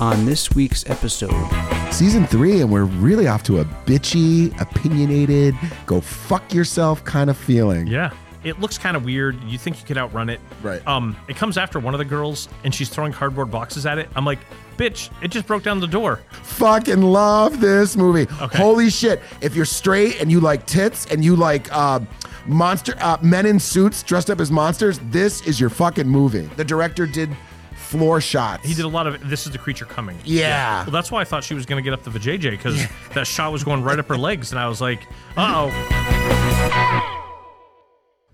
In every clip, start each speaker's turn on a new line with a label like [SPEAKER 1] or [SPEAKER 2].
[SPEAKER 1] on this week's episode.
[SPEAKER 2] season three, and we're really off to a bitchy, opinionated, go fuck yourself kind of feeling.
[SPEAKER 3] Yeah. It looks kind of weird. You think you could outrun it.
[SPEAKER 2] Right.
[SPEAKER 3] Um, it comes after one of the girls and she's throwing cardboard boxes at it. I'm like, bitch, it just broke down the door.
[SPEAKER 2] Fucking love this movie.
[SPEAKER 3] Okay.
[SPEAKER 2] Holy shit. If you're straight and you like tits and you like uh, monster uh, men in suits dressed up as monsters, this is your fucking movie. The director did floor shots.
[SPEAKER 3] He did a lot of this is the creature coming.
[SPEAKER 2] Yeah.
[SPEAKER 3] Well, that's why I thought she was going to get up the vajayjay because that shot was going right up her legs. And I was like, uh oh.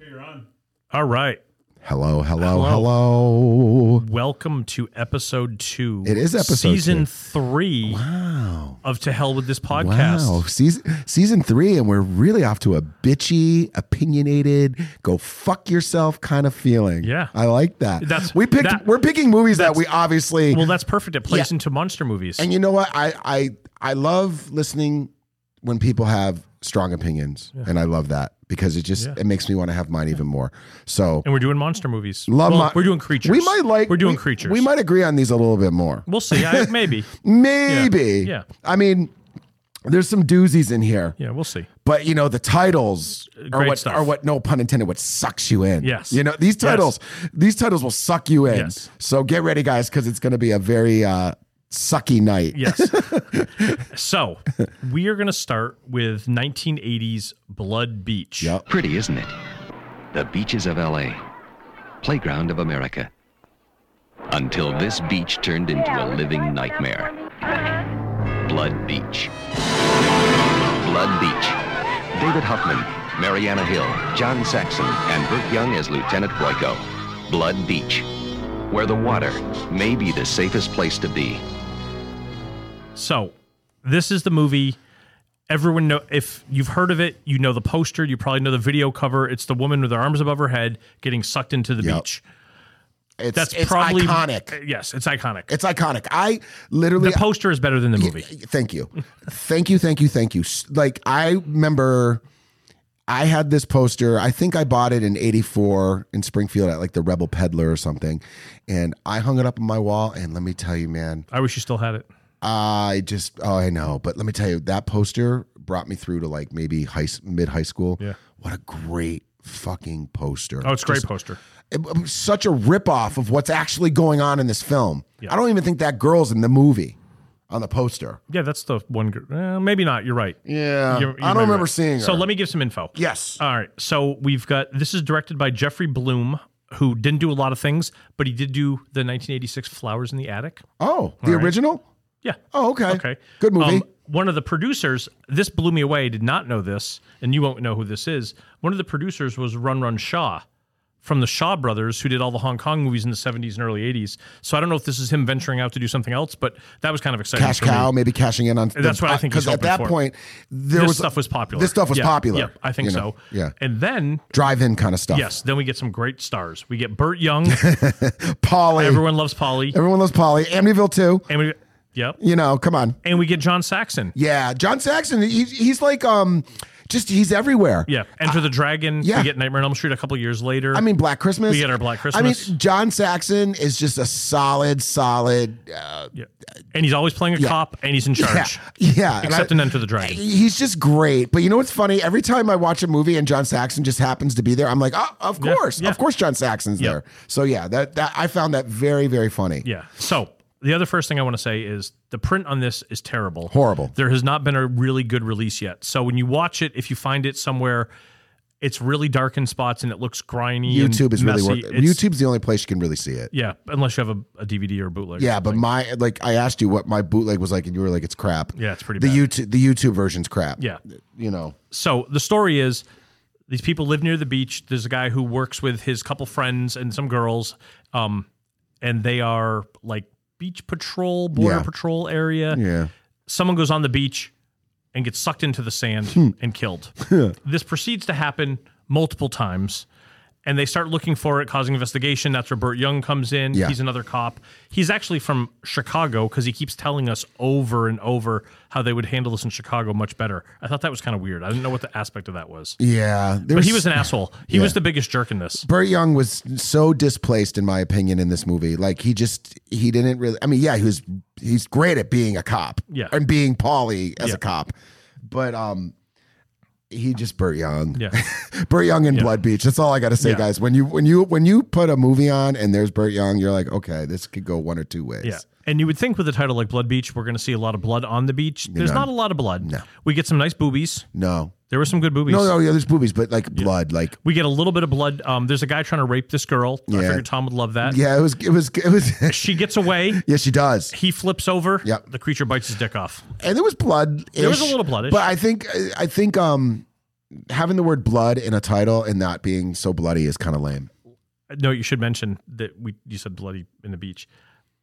[SPEAKER 4] You're on.
[SPEAKER 3] All right.
[SPEAKER 2] Hello, hello, hello.
[SPEAKER 3] Welcome to episode two.
[SPEAKER 2] It is episode
[SPEAKER 3] season
[SPEAKER 2] two.
[SPEAKER 3] three
[SPEAKER 2] Wow.
[SPEAKER 3] of To Hell with This Podcast.
[SPEAKER 2] Wow. Season, season three, and we're really off to a bitchy, opinionated, go fuck yourself kind of feeling.
[SPEAKER 3] Yeah.
[SPEAKER 2] I like that.
[SPEAKER 3] That's-
[SPEAKER 2] we picked
[SPEAKER 3] that-
[SPEAKER 2] we're picking movies that we obviously
[SPEAKER 3] Well, that's perfect. It plays
[SPEAKER 2] Yeah.
[SPEAKER 3] into monster movies.
[SPEAKER 2] And you know what? I I I love listening when people have strong opinions, and I love that because it just it makes me want to have mine even more. So
[SPEAKER 3] And we're doing monster movies.
[SPEAKER 2] love
[SPEAKER 3] Well,
[SPEAKER 2] my-
[SPEAKER 3] we're doing creatures.
[SPEAKER 2] We might like
[SPEAKER 3] We're doing
[SPEAKER 2] we-
[SPEAKER 3] creatures.
[SPEAKER 2] We might agree on these a little bit more.
[SPEAKER 3] We'll see. I, maybe.
[SPEAKER 2] Maybe.
[SPEAKER 3] Yeah.
[SPEAKER 2] I mean, there's some doozies in here,
[SPEAKER 3] Yeah, we'll see.
[SPEAKER 2] but you know the titles are
[SPEAKER 3] Uh, Great
[SPEAKER 2] what
[SPEAKER 3] stuff.
[SPEAKER 2] are what no pun intended what sucks you in.
[SPEAKER 3] Yes.
[SPEAKER 2] You know these titles these titles will suck you in.
[SPEAKER 3] Yes.
[SPEAKER 2] So get ready, guys, because it's going to be a very uh, sucky night.
[SPEAKER 3] Yes. so we are going to start with 1980s Blood Beach.
[SPEAKER 2] Yep.
[SPEAKER 5] Pretty, isn't it? The beaches of LA, playground of America. Until this beach turned into a living nightmare. Blood Beach. Blood Beach. David Huffman, Mariana Hill, John Saxon, and Burt Young as Lieutenant Royko. Blood Beach. Where the water may be the safest place to be.
[SPEAKER 3] So this is the movie. Everyone know if you've heard of it, you know the poster, you probably know the video cover. It's the woman with her arms above her head getting sucked into the
[SPEAKER 2] Yep.
[SPEAKER 3] beach.
[SPEAKER 2] It's,
[SPEAKER 3] That's
[SPEAKER 2] it's
[SPEAKER 3] probably
[SPEAKER 2] iconic.
[SPEAKER 3] Yes, it's iconic.
[SPEAKER 2] It's iconic. I
[SPEAKER 3] the
[SPEAKER 2] literally.
[SPEAKER 3] poster is better than the movie.
[SPEAKER 2] thank you, thank you, thank you, thank you. S- Like I remember, I had this poster. I think I bought it in '84 in Springfield at like the Rebel Peddler or something, and I hung it up on my wall. And let me tell you, man,
[SPEAKER 3] I wish you still had it.
[SPEAKER 2] I just oh I know, but let me tell you, that poster brought me through to like maybe high mid high school.
[SPEAKER 3] Yeah.
[SPEAKER 2] What a great fucking poster.
[SPEAKER 3] Oh, it's a great
[SPEAKER 2] Just
[SPEAKER 3] poster.
[SPEAKER 2] it- it was such a ripoff of what's actually going on in this film. I don't even think that girl's in the movie on the poster.
[SPEAKER 3] Yeah, that's the one. gr- Eh, maybe not. You're right.
[SPEAKER 2] Yeah.
[SPEAKER 3] You're- you're
[SPEAKER 2] I
[SPEAKER 3] maybe
[SPEAKER 2] don't remember
[SPEAKER 3] right.
[SPEAKER 2] seeing her.
[SPEAKER 3] So let me give some info.
[SPEAKER 2] Yes.
[SPEAKER 3] All right. So we've got this is directed by Jeffrey Bloom, who didn't do a lot of things, but he did do the 1986 Flowers in the Attic.
[SPEAKER 2] oh, the original?
[SPEAKER 3] Yeah.
[SPEAKER 2] Oh, okay.
[SPEAKER 3] Okay. Um,
[SPEAKER 2] Good movie.
[SPEAKER 3] one of the producers, this blew me away, did not know this, and you won't know who this is. One of the producers was Run Run Shaw from the Shaw brothers, who did all the Hong Kong movies in the 70s and early 80s. So I don't know if this is him venturing out to do something else, but that was kind of exciting.
[SPEAKER 2] Cash
[SPEAKER 3] for me.
[SPEAKER 2] cow, maybe cashing in on
[SPEAKER 3] That's what I think he's
[SPEAKER 2] Because at
[SPEAKER 3] hoping
[SPEAKER 2] that
[SPEAKER 3] for.
[SPEAKER 2] point, there
[SPEAKER 3] This
[SPEAKER 2] was
[SPEAKER 3] stuff was popular.
[SPEAKER 2] This stuff was
[SPEAKER 3] Yeah.
[SPEAKER 2] popular.
[SPEAKER 3] Yeah, I think
[SPEAKER 2] you
[SPEAKER 3] so.
[SPEAKER 2] know? Yeah.
[SPEAKER 3] And then
[SPEAKER 2] Drive in kind of stuff.
[SPEAKER 3] Yes, then we get some great stars. We get Burt Young.
[SPEAKER 2] Polly. Everyone,
[SPEAKER 3] everyone loves Polly.
[SPEAKER 2] loves Polly. Amityville too.
[SPEAKER 3] And we, yep.
[SPEAKER 2] You know, come on.
[SPEAKER 3] And we get John Saxon.
[SPEAKER 2] Yeah. John Saxon, he, he's like, um, just he's everywhere.
[SPEAKER 3] Yeah. Enter the Dragon.
[SPEAKER 2] yeah.
[SPEAKER 3] We get Nightmare on Elm Street a couple years later.
[SPEAKER 2] I mean, Black Christmas.
[SPEAKER 3] We had our Black
[SPEAKER 2] I
[SPEAKER 3] Christmas.
[SPEAKER 2] mean, John Saxon is just a solid, solid. Uh,
[SPEAKER 3] Yeah. and he's always playing a cop and he's in
[SPEAKER 2] yeah,
[SPEAKER 3] charge.
[SPEAKER 2] yeah. and
[SPEAKER 3] Except
[SPEAKER 2] I-
[SPEAKER 3] in Enter the Dragon.
[SPEAKER 2] He's just great. But you know what's funny? Every time I watch a movie and John Saxon just happens to be there, I'm like, oh, of
[SPEAKER 3] Yeah,
[SPEAKER 2] course,
[SPEAKER 3] yeah.
[SPEAKER 2] of course, John Saxon's
[SPEAKER 3] Yeah.
[SPEAKER 2] there. So yeah, that that I found that very, very funny.
[SPEAKER 3] Yeah. So the other first thing I want to say is the print on this is terrible.
[SPEAKER 2] Horrible.
[SPEAKER 3] There has not been a really good release yet. So when you watch it, if you find it somewhere, it's really dark in spots and it looks grimy. and
[SPEAKER 2] YouTube is really
[SPEAKER 3] messy.
[SPEAKER 2] worth.
[SPEAKER 3] It's-
[SPEAKER 2] YouTube's the only place you can really see it.
[SPEAKER 3] Yeah, unless you have a, a DVD or a bootleg.
[SPEAKER 2] Yeah, but my like I asked you what my bootleg was like, and you were like, it's crap.
[SPEAKER 3] Yeah, it's pretty
[SPEAKER 2] The
[SPEAKER 3] bad.
[SPEAKER 2] YouTube the YouTube version's crap.
[SPEAKER 3] Yeah.
[SPEAKER 2] you know.
[SPEAKER 3] so the story is these people live near the beach. There's a guy who works with his couple friends and some girls, um, and they are like beach patrol, border
[SPEAKER 2] Yeah.
[SPEAKER 3] patrol area.
[SPEAKER 2] Yeah.
[SPEAKER 3] Someone goes on the beach and gets sucked into the sand and killed. this proceeds to happen multiple times. And they start looking for it, causing investigation. That's where Burt Young comes in.
[SPEAKER 2] Yeah.
[SPEAKER 3] He's another cop. He's actually from Chicago because he keeps telling us over and over how they would handle this in Chicago much better. I thought that was kind of weird. I didn't know what the aspect of that was.
[SPEAKER 2] Yeah,
[SPEAKER 3] But he was an asshole. He was the biggest jerk in this.
[SPEAKER 2] Burt Young was so displaced, in my opinion, in this movie. Like he just he didn't really. I mean, yeah, he was he's great at being a cop
[SPEAKER 3] Yeah.
[SPEAKER 2] and being Polly as
[SPEAKER 3] Yeah.
[SPEAKER 2] a cop, but um, he just Burt Young,
[SPEAKER 3] Yeah.
[SPEAKER 2] Burt Young and Blood Beach. That's all I got to say,
[SPEAKER 3] Yeah.
[SPEAKER 2] guys. When you when you when you put a movie on and there's Burt Young, you're like, okay, this could go one or two ways.
[SPEAKER 3] Yeah. And you would think with a title like Blood Beach, we're going to see a lot of blood on the beach. There's not a lot of blood. No. We get some nice boobies.
[SPEAKER 2] No,
[SPEAKER 3] There were some good boobies.
[SPEAKER 2] no, no. Yeah, there's boobies, but like blood, like
[SPEAKER 3] We get a little bit of blood. Um, there's a guy trying to rape this girl. I
[SPEAKER 2] Yeah.
[SPEAKER 3] figured Tom would love that.
[SPEAKER 2] yeah, it was it was it was.
[SPEAKER 3] She gets away.
[SPEAKER 2] yeah, she does.
[SPEAKER 3] He flips over.
[SPEAKER 2] Yep.
[SPEAKER 3] The creature bites his dick off.
[SPEAKER 2] and there was blood.
[SPEAKER 3] There was a little blood-ish.
[SPEAKER 2] but I think I think um having the word blood in a title and not being so bloody is kind of lame.
[SPEAKER 3] No, you should mention that we you said bloody in the beach.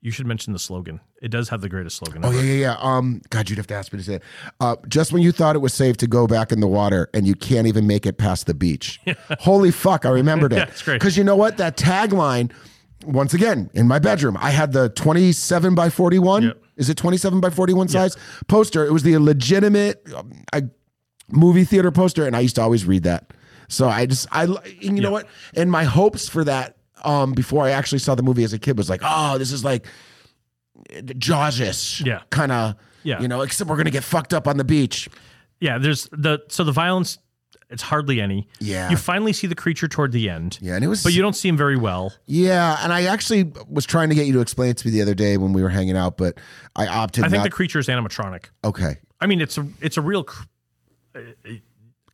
[SPEAKER 3] You should mention the slogan. It does have the greatest slogan.
[SPEAKER 2] Oh
[SPEAKER 3] ever.
[SPEAKER 2] yeah, yeah, yeah. Um, God, you'd have to ask me to say it. Uh, just when you thought it was safe to go back in the water, and you can't even make it past the beach. Holy fuck, I remembered it.
[SPEAKER 3] Yeah, it's great.
[SPEAKER 2] Because you know what? That tagline. Once again, in my bedroom, I had the 27 by 41.
[SPEAKER 3] Yep.
[SPEAKER 2] Is it 27 by 41 size poster? It was the legitimate um, I, movie theater poster, and I used to always read that. So I just I and you know what? And my hopes for that um before I actually saw the movie as a kid was like, oh, this is like Jaws-ish
[SPEAKER 3] Yeah.
[SPEAKER 2] kind of,
[SPEAKER 3] Yeah.
[SPEAKER 2] you know, except we're going to get fucked up on the beach.
[SPEAKER 3] Yeah, there's the so the violence. It's hardly any.
[SPEAKER 2] Yeah.
[SPEAKER 3] You finally see the creature toward the end.
[SPEAKER 2] Yeah. And it was,
[SPEAKER 3] But you don't see him very well.
[SPEAKER 2] yeah. And I actually was trying to get you to explain it to me the other day when we were hanging out, but I opted
[SPEAKER 3] I think
[SPEAKER 2] not.
[SPEAKER 3] the creature is animatronic.
[SPEAKER 2] okay.
[SPEAKER 3] I mean, it's a it's a real. cr- didn't-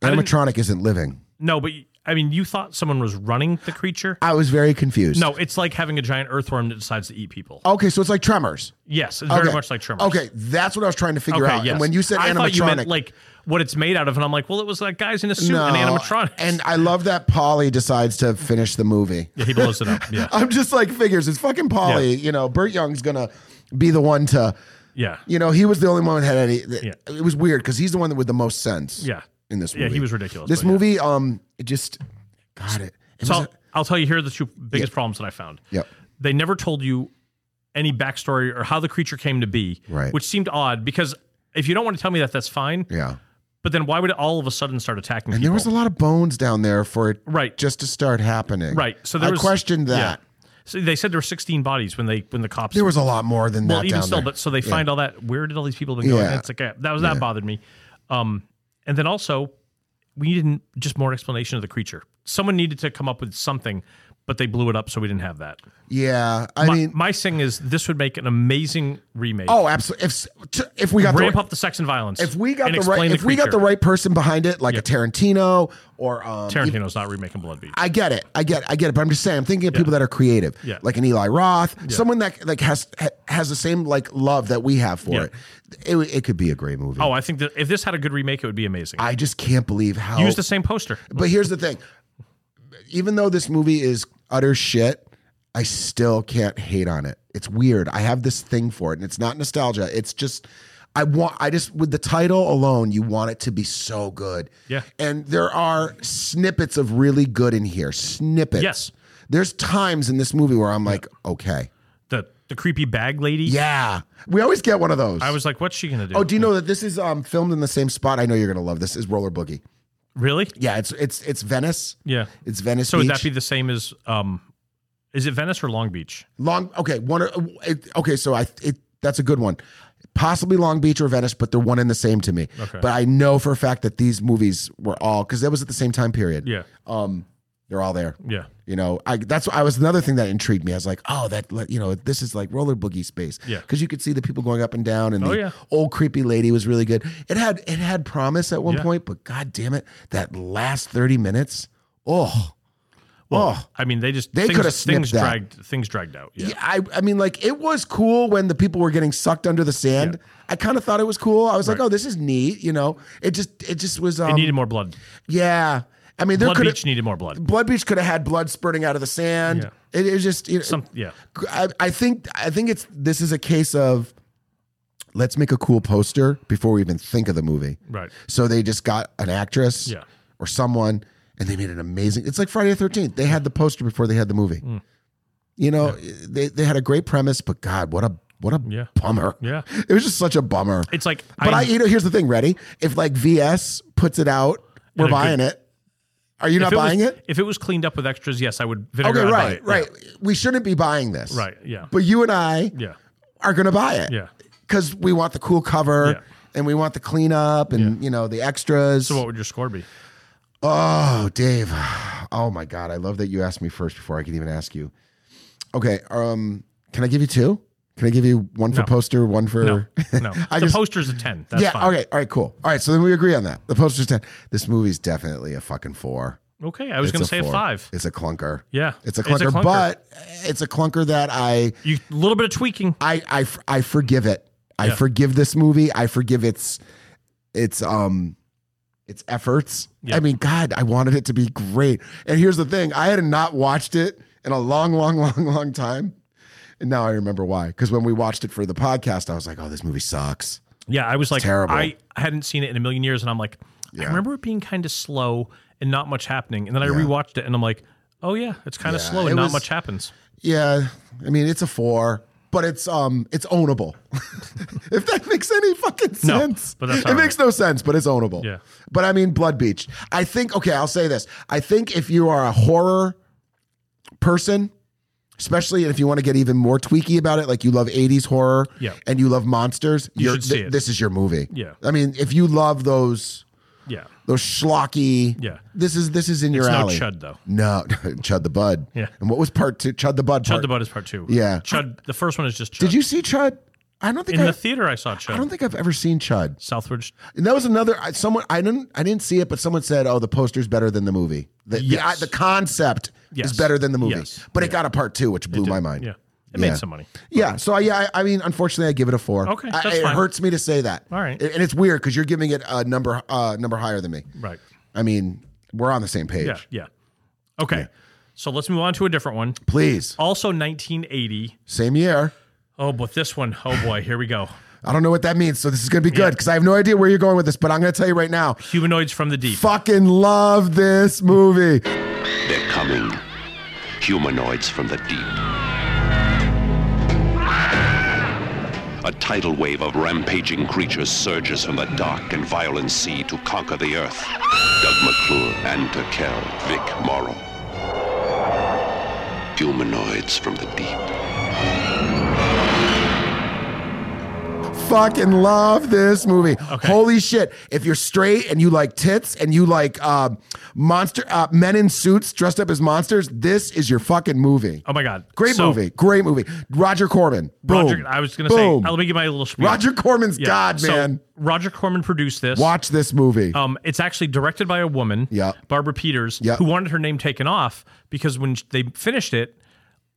[SPEAKER 2] Animatronic isn't living.
[SPEAKER 3] No, but you- I mean, you thought someone was running the creature.
[SPEAKER 2] I was very confused.
[SPEAKER 3] No, it's like having a giant earthworm that decides to eat people.
[SPEAKER 2] Okay. So it's like Tremors.
[SPEAKER 3] Yes, it's very
[SPEAKER 2] Okay.
[SPEAKER 3] much like tremors.
[SPEAKER 2] Okay. That's what I was trying to figure
[SPEAKER 3] Okay,
[SPEAKER 2] out.
[SPEAKER 3] yes.
[SPEAKER 2] And when you said
[SPEAKER 3] I thought you
[SPEAKER 2] animatronic,
[SPEAKER 3] meant like what it's made out of, and I'm like, well, it was like guys in a suit
[SPEAKER 2] no.
[SPEAKER 3] and animatronics.
[SPEAKER 2] And I love that Polly decides to finish the movie.
[SPEAKER 3] yeah, he blows it up. Yeah,
[SPEAKER 2] I'm just like figures. It's fucking Polly.
[SPEAKER 3] Yeah.
[SPEAKER 2] You know, Burt Young's going to be the one to
[SPEAKER 3] yeah,
[SPEAKER 2] You know, he was the only one that had any. th-
[SPEAKER 3] Yeah.
[SPEAKER 2] It was weird because he's the one that with the most sense.
[SPEAKER 3] yeah.
[SPEAKER 2] In this movie.
[SPEAKER 3] Yeah, he was ridiculous,
[SPEAKER 2] This
[SPEAKER 3] but yeah.
[SPEAKER 2] movie, um, it just, God, it. it
[SPEAKER 3] So
[SPEAKER 2] was
[SPEAKER 3] I'll, I'll tell you here are the two biggest problems that I found.
[SPEAKER 2] Yep.
[SPEAKER 3] They never told you any backstory or how the creature came to be,
[SPEAKER 2] Right.
[SPEAKER 3] which seemed odd because if you don't want to tell me that, that's fine.
[SPEAKER 2] a- yeah.
[SPEAKER 3] But then why would it all of a sudden start attacking
[SPEAKER 2] And
[SPEAKER 3] people?
[SPEAKER 2] there was a lot of bones down there for it
[SPEAKER 3] Right.
[SPEAKER 2] just to start happening.
[SPEAKER 3] right. So there
[SPEAKER 2] I
[SPEAKER 3] was,
[SPEAKER 2] questioned that.
[SPEAKER 3] Yeah. So they said there were 16 bodies when they when the cops
[SPEAKER 2] There was a lot more than
[SPEAKER 3] well
[SPEAKER 2] that
[SPEAKER 3] even
[SPEAKER 2] down
[SPEAKER 3] still
[SPEAKER 2] there.
[SPEAKER 3] but so they find all that where did all these people been going
[SPEAKER 2] Yeah.
[SPEAKER 3] it's like eh, that was that bothered me um and then also we needed just more explanation of the creature someone needed to come up with something but they blew it up so we didn't have that
[SPEAKER 2] yeah. I
[SPEAKER 3] my,
[SPEAKER 2] mean,
[SPEAKER 3] my sing is this would make an amazing remake
[SPEAKER 2] oh, absolutely. If t- if we got
[SPEAKER 3] ramp
[SPEAKER 2] the,
[SPEAKER 3] up the sex and violence
[SPEAKER 2] if we got
[SPEAKER 3] and
[SPEAKER 2] the right
[SPEAKER 3] explain
[SPEAKER 2] if we got the
[SPEAKER 3] creature.
[SPEAKER 2] right person behind it, like a Tarantino or um,
[SPEAKER 3] tarantino's not remaking blood beach
[SPEAKER 2] I get it. I get. I get it. But I'm just saying. I'm thinking of people that are creative,
[SPEAKER 3] Yeah.
[SPEAKER 2] like an Eli Roth, someone that like has ha- has the same like love that we have for
[SPEAKER 3] Yeah.
[SPEAKER 2] it. it. w- It could be a great movie.
[SPEAKER 3] oh i think that if this had a good remake it would be amazing
[SPEAKER 2] I just can't believe how.
[SPEAKER 3] use the same poster
[SPEAKER 2] but here's the thing. Even though this movie is utter shit, I still can't hate on it. It's weird. I have this thing for it, and it's not nostalgia. It's just. I want I just with the title alone you want it to be so good.
[SPEAKER 3] Yeah.
[SPEAKER 2] And there are snippets of really good in here. Snippets.
[SPEAKER 3] Yes.
[SPEAKER 2] There's times in this movie where I'm like, okay,
[SPEAKER 3] the the creepy bag lady
[SPEAKER 2] yeah. We always get one of those.
[SPEAKER 3] i was like what's she gonna do
[SPEAKER 2] oh, do you know that this is um, filmed in the same spot? I know you're gonna love this. Is Roller Boogie?
[SPEAKER 3] really
[SPEAKER 2] Yeah, it's it's it's Venice.
[SPEAKER 3] yeah
[SPEAKER 2] It's Venice.
[SPEAKER 3] So
[SPEAKER 2] Beach.
[SPEAKER 3] would that be the same as um is it Venice or Long Beach?
[SPEAKER 2] Long. Okay, one. or- It, okay, so I it, that's a good one. Possibly Long Beach or Venice, but they're one and the same to me.
[SPEAKER 3] Okay.
[SPEAKER 2] But I know for a fact that these movies were all because that was at the same time period.
[SPEAKER 3] Yeah.
[SPEAKER 2] Um, they're all there.
[SPEAKER 3] Yeah.
[SPEAKER 2] You know, I that's I was another thing that intrigued me. I was like, oh, that like, you know, this is like roller boogie space.
[SPEAKER 3] Yeah.
[SPEAKER 2] because you could see the people going up and down, and
[SPEAKER 3] Oh,
[SPEAKER 2] the
[SPEAKER 3] yeah.
[SPEAKER 2] old creepy lady was really good. It had it had promise at one
[SPEAKER 3] Yeah.
[SPEAKER 2] point, but god damn it, that last thirty minutes, oh, oh.
[SPEAKER 3] I mean they just
[SPEAKER 2] They
[SPEAKER 3] things-
[SPEAKER 2] coulda snipped
[SPEAKER 3] things
[SPEAKER 2] that.
[SPEAKER 3] dragged things dragged out. Yeah.
[SPEAKER 2] Yeah, I, I mean, like it was cool when the people were getting sucked under the sand. I kind of thought it was cool. I was like,
[SPEAKER 3] Right.
[SPEAKER 2] oh, this is neat. You know, it just it just was.
[SPEAKER 3] It
[SPEAKER 2] Um,
[SPEAKER 3] needed more blood.
[SPEAKER 2] yeah, I mean, there
[SPEAKER 3] Blood
[SPEAKER 2] could
[SPEAKER 3] Beach needed more blood.
[SPEAKER 2] Blood Beach could have had blood spurting out of the sand.
[SPEAKER 3] Yeah.
[SPEAKER 2] It, it was just you know,
[SPEAKER 3] Some yeah.
[SPEAKER 2] I, I think I think it's this is a case of let's make a cool poster before we even think of the movie.
[SPEAKER 3] Right.
[SPEAKER 2] So they just got an actress
[SPEAKER 3] Yeah.
[SPEAKER 2] or someone and they made an amazing it's like Friday the thirteenth. They had the poster before they had the movie.
[SPEAKER 3] Mm.
[SPEAKER 2] You know, they, they had a great premise, but God, what a what a
[SPEAKER 3] Yeah.
[SPEAKER 2] bummer.
[SPEAKER 3] Yeah.
[SPEAKER 2] It was just such a bummer.
[SPEAKER 3] It's like
[SPEAKER 2] but I you know, here's the thing, ready? If like VS puts it out, we're
[SPEAKER 3] a good-
[SPEAKER 2] buying it. Are you not
[SPEAKER 3] if
[SPEAKER 2] buying
[SPEAKER 3] was,
[SPEAKER 2] it?
[SPEAKER 3] If it was cleaned up with extras, yes, I would vinegar
[SPEAKER 2] Okay,
[SPEAKER 3] I'd buy
[SPEAKER 2] right,
[SPEAKER 3] it.
[SPEAKER 2] right. We shouldn't be buying this.
[SPEAKER 3] Yeah. Right, yeah.
[SPEAKER 2] But you and I
[SPEAKER 3] yeah.
[SPEAKER 2] are going to buy it.
[SPEAKER 3] Yeah.
[SPEAKER 2] Because we want the cool cover
[SPEAKER 3] Yeah.
[SPEAKER 2] and we want the cleanup and, you know, the extras.
[SPEAKER 3] So what would your score be?
[SPEAKER 2] Oh, Dave. Oh my God. I love that you asked me first before I could even ask you. Okay. Um, can I give you two? Can I give you one for
[SPEAKER 3] No.
[SPEAKER 2] poster, one for
[SPEAKER 3] No, no.
[SPEAKER 2] I
[SPEAKER 3] the
[SPEAKER 2] just-
[SPEAKER 3] poster's a ten. That's
[SPEAKER 2] Yeah,
[SPEAKER 3] fine.
[SPEAKER 2] okay, all right, cool. All right, so then we agree on that. The poster's ten. This movie's definitely a fucking four.
[SPEAKER 3] Okay, I was
[SPEAKER 2] It's
[SPEAKER 3] going to say a
[SPEAKER 2] four.
[SPEAKER 3] five.
[SPEAKER 2] It's a clunker.
[SPEAKER 3] Yeah,
[SPEAKER 2] It's a clunker, but it's a clunker that I
[SPEAKER 3] you a little bit of tweaking.
[SPEAKER 2] I I, f- I forgive it. I
[SPEAKER 3] Yeah.
[SPEAKER 2] forgive this movie. I forgive its its um its efforts.
[SPEAKER 3] Yeah.
[SPEAKER 2] I mean, God, I wanted it to be great. And here's the thing: I had not watched it in a long, long, long, long time, and now I remember why. Because when we watched it for the podcast, I was like, "Oh, this movie sucks."
[SPEAKER 3] Yeah, I was like,
[SPEAKER 2] terrible.
[SPEAKER 3] I hadn't seen it in a million years, and I'm like, I
[SPEAKER 2] Yeah.
[SPEAKER 3] remember it being kind of slow and not much happening. And then I rewatched it, and I'm like, oh yeah, it's kind of
[SPEAKER 2] Yeah,
[SPEAKER 3] slow
[SPEAKER 2] it
[SPEAKER 3] and not
[SPEAKER 2] was-
[SPEAKER 3] much happens.
[SPEAKER 2] Yeah, I mean, it's a four, but it's um, it's ownable. if that makes any fucking
[SPEAKER 3] No,
[SPEAKER 2] sense,
[SPEAKER 3] but that's
[SPEAKER 2] it
[SPEAKER 3] all right.
[SPEAKER 2] makes no sense, but it's ownable.
[SPEAKER 3] Yeah.
[SPEAKER 2] But I mean, Blood Beach. I think. Okay, I'll say this. I think if you are a horror person, especially if you want to get even more tweaky about it, like you love '80s horror,
[SPEAKER 3] Yeah.
[SPEAKER 2] and you love monsters,
[SPEAKER 3] You
[SPEAKER 2] you're-
[SPEAKER 3] should see
[SPEAKER 2] th-
[SPEAKER 3] it.
[SPEAKER 2] This is your movie.
[SPEAKER 3] Yeah.
[SPEAKER 2] I mean, if you love those
[SPEAKER 3] Yeah,
[SPEAKER 2] those schlocky,
[SPEAKER 3] Yeah.
[SPEAKER 2] this is this is in your
[SPEAKER 3] it's no
[SPEAKER 2] alley.
[SPEAKER 3] chud though.
[SPEAKER 2] No, Chud the Bud.
[SPEAKER 3] Yeah.
[SPEAKER 2] And what was part two? Chud the Bud.
[SPEAKER 3] Chud
[SPEAKER 2] part
[SPEAKER 3] the Bud is part two.
[SPEAKER 2] Yeah.
[SPEAKER 3] Chud. The first one is just Chud.
[SPEAKER 2] Did you see Chud? I don't think
[SPEAKER 3] in
[SPEAKER 2] I,
[SPEAKER 3] the theater? I saw Chud.
[SPEAKER 2] I don't think I've ever seen Chud.
[SPEAKER 3] Southward.
[SPEAKER 2] And that was another I, someone I didn't I didn't see it, but someone said, "Oh, the poster's better than the movie. The the-
[SPEAKER 3] Yes.
[SPEAKER 2] the, concept
[SPEAKER 3] Yes.
[SPEAKER 2] is better than the movie."
[SPEAKER 3] Yes.
[SPEAKER 2] But it got a part two, which blew my mind.
[SPEAKER 3] Yeah, it
[SPEAKER 2] Yeah.
[SPEAKER 3] made some money.
[SPEAKER 2] Yeah, so I, yeah, I, I mean, unfortunately, I give it a four.
[SPEAKER 3] Okay,
[SPEAKER 2] I-
[SPEAKER 3] that's
[SPEAKER 2] it
[SPEAKER 3] fine.
[SPEAKER 2] hurts me to say that.
[SPEAKER 3] All right.
[SPEAKER 2] and it's weird because you're giving it a number, uh, number higher than me.
[SPEAKER 3] Right.
[SPEAKER 2] I mean, we're on the same page.
[SPEAKER 3] Yeah. Yeah. Okay. So let's move on to a different one.
[SPEAKER 2] Please,
[SPEAKER 3] Also 1980.
[SPEAKER 2] same year.
[SPEAKER 3] Oh, but this one, oh boy, here we go.
[SPEAKER 2] I don't know what that means, so this is gonna be good because I have no idea where you're going with this, but I'm gonna tell you right now.
[SPEAKER 3] Humanoids from the deep.
[SPEAKER 2] Fucking love this movie.
[SPEAKER 5] They're coming. Humanoids from the deep. A tidal wave of rampaging creatures surges from the dark and violent sea to conquer the earth. Doug McClure, Ann Turkel, Vic Morrow. Humanoids from the deep.
[SPEAKER 2] Fucking love this movie. Holy shit. If you're straight and you like tits and you like uh, monster uh, men in suits dressed up as monsters, this is your fucking movie.
[SPEAKER 3] Oh my God.
[SPEAKER 2] Great
[SPEAKER 3] So,
[SPEAKER 2] movie. Great movie. Roger Corman. Boom.
[SPEAKER 3] Roger, I was going to say,
[SPEAKER 2] Boom.
[SPEAKER 3] uh, let me give my little spiel.
[SPEAKER 2] Roger Corman's
[SPEAKER 3] Yeah,
[SPEAKER 2] god,
[SPEAKER 3] so
[SPEAKER 2] man.
[SPEAKER 3] Roger Corman produced this.
[SPEAKER 2] Watch this movie.
[SPEAKER 3] Um, it's actually directed by a woman,
[SPEAKER 2] Yeah.
[SPEAKER 3] Barbara Peters,
[SPEAKER 2] Yeah.
[SPEAKER 3] who wanted her name taken off because when sh- they finished it,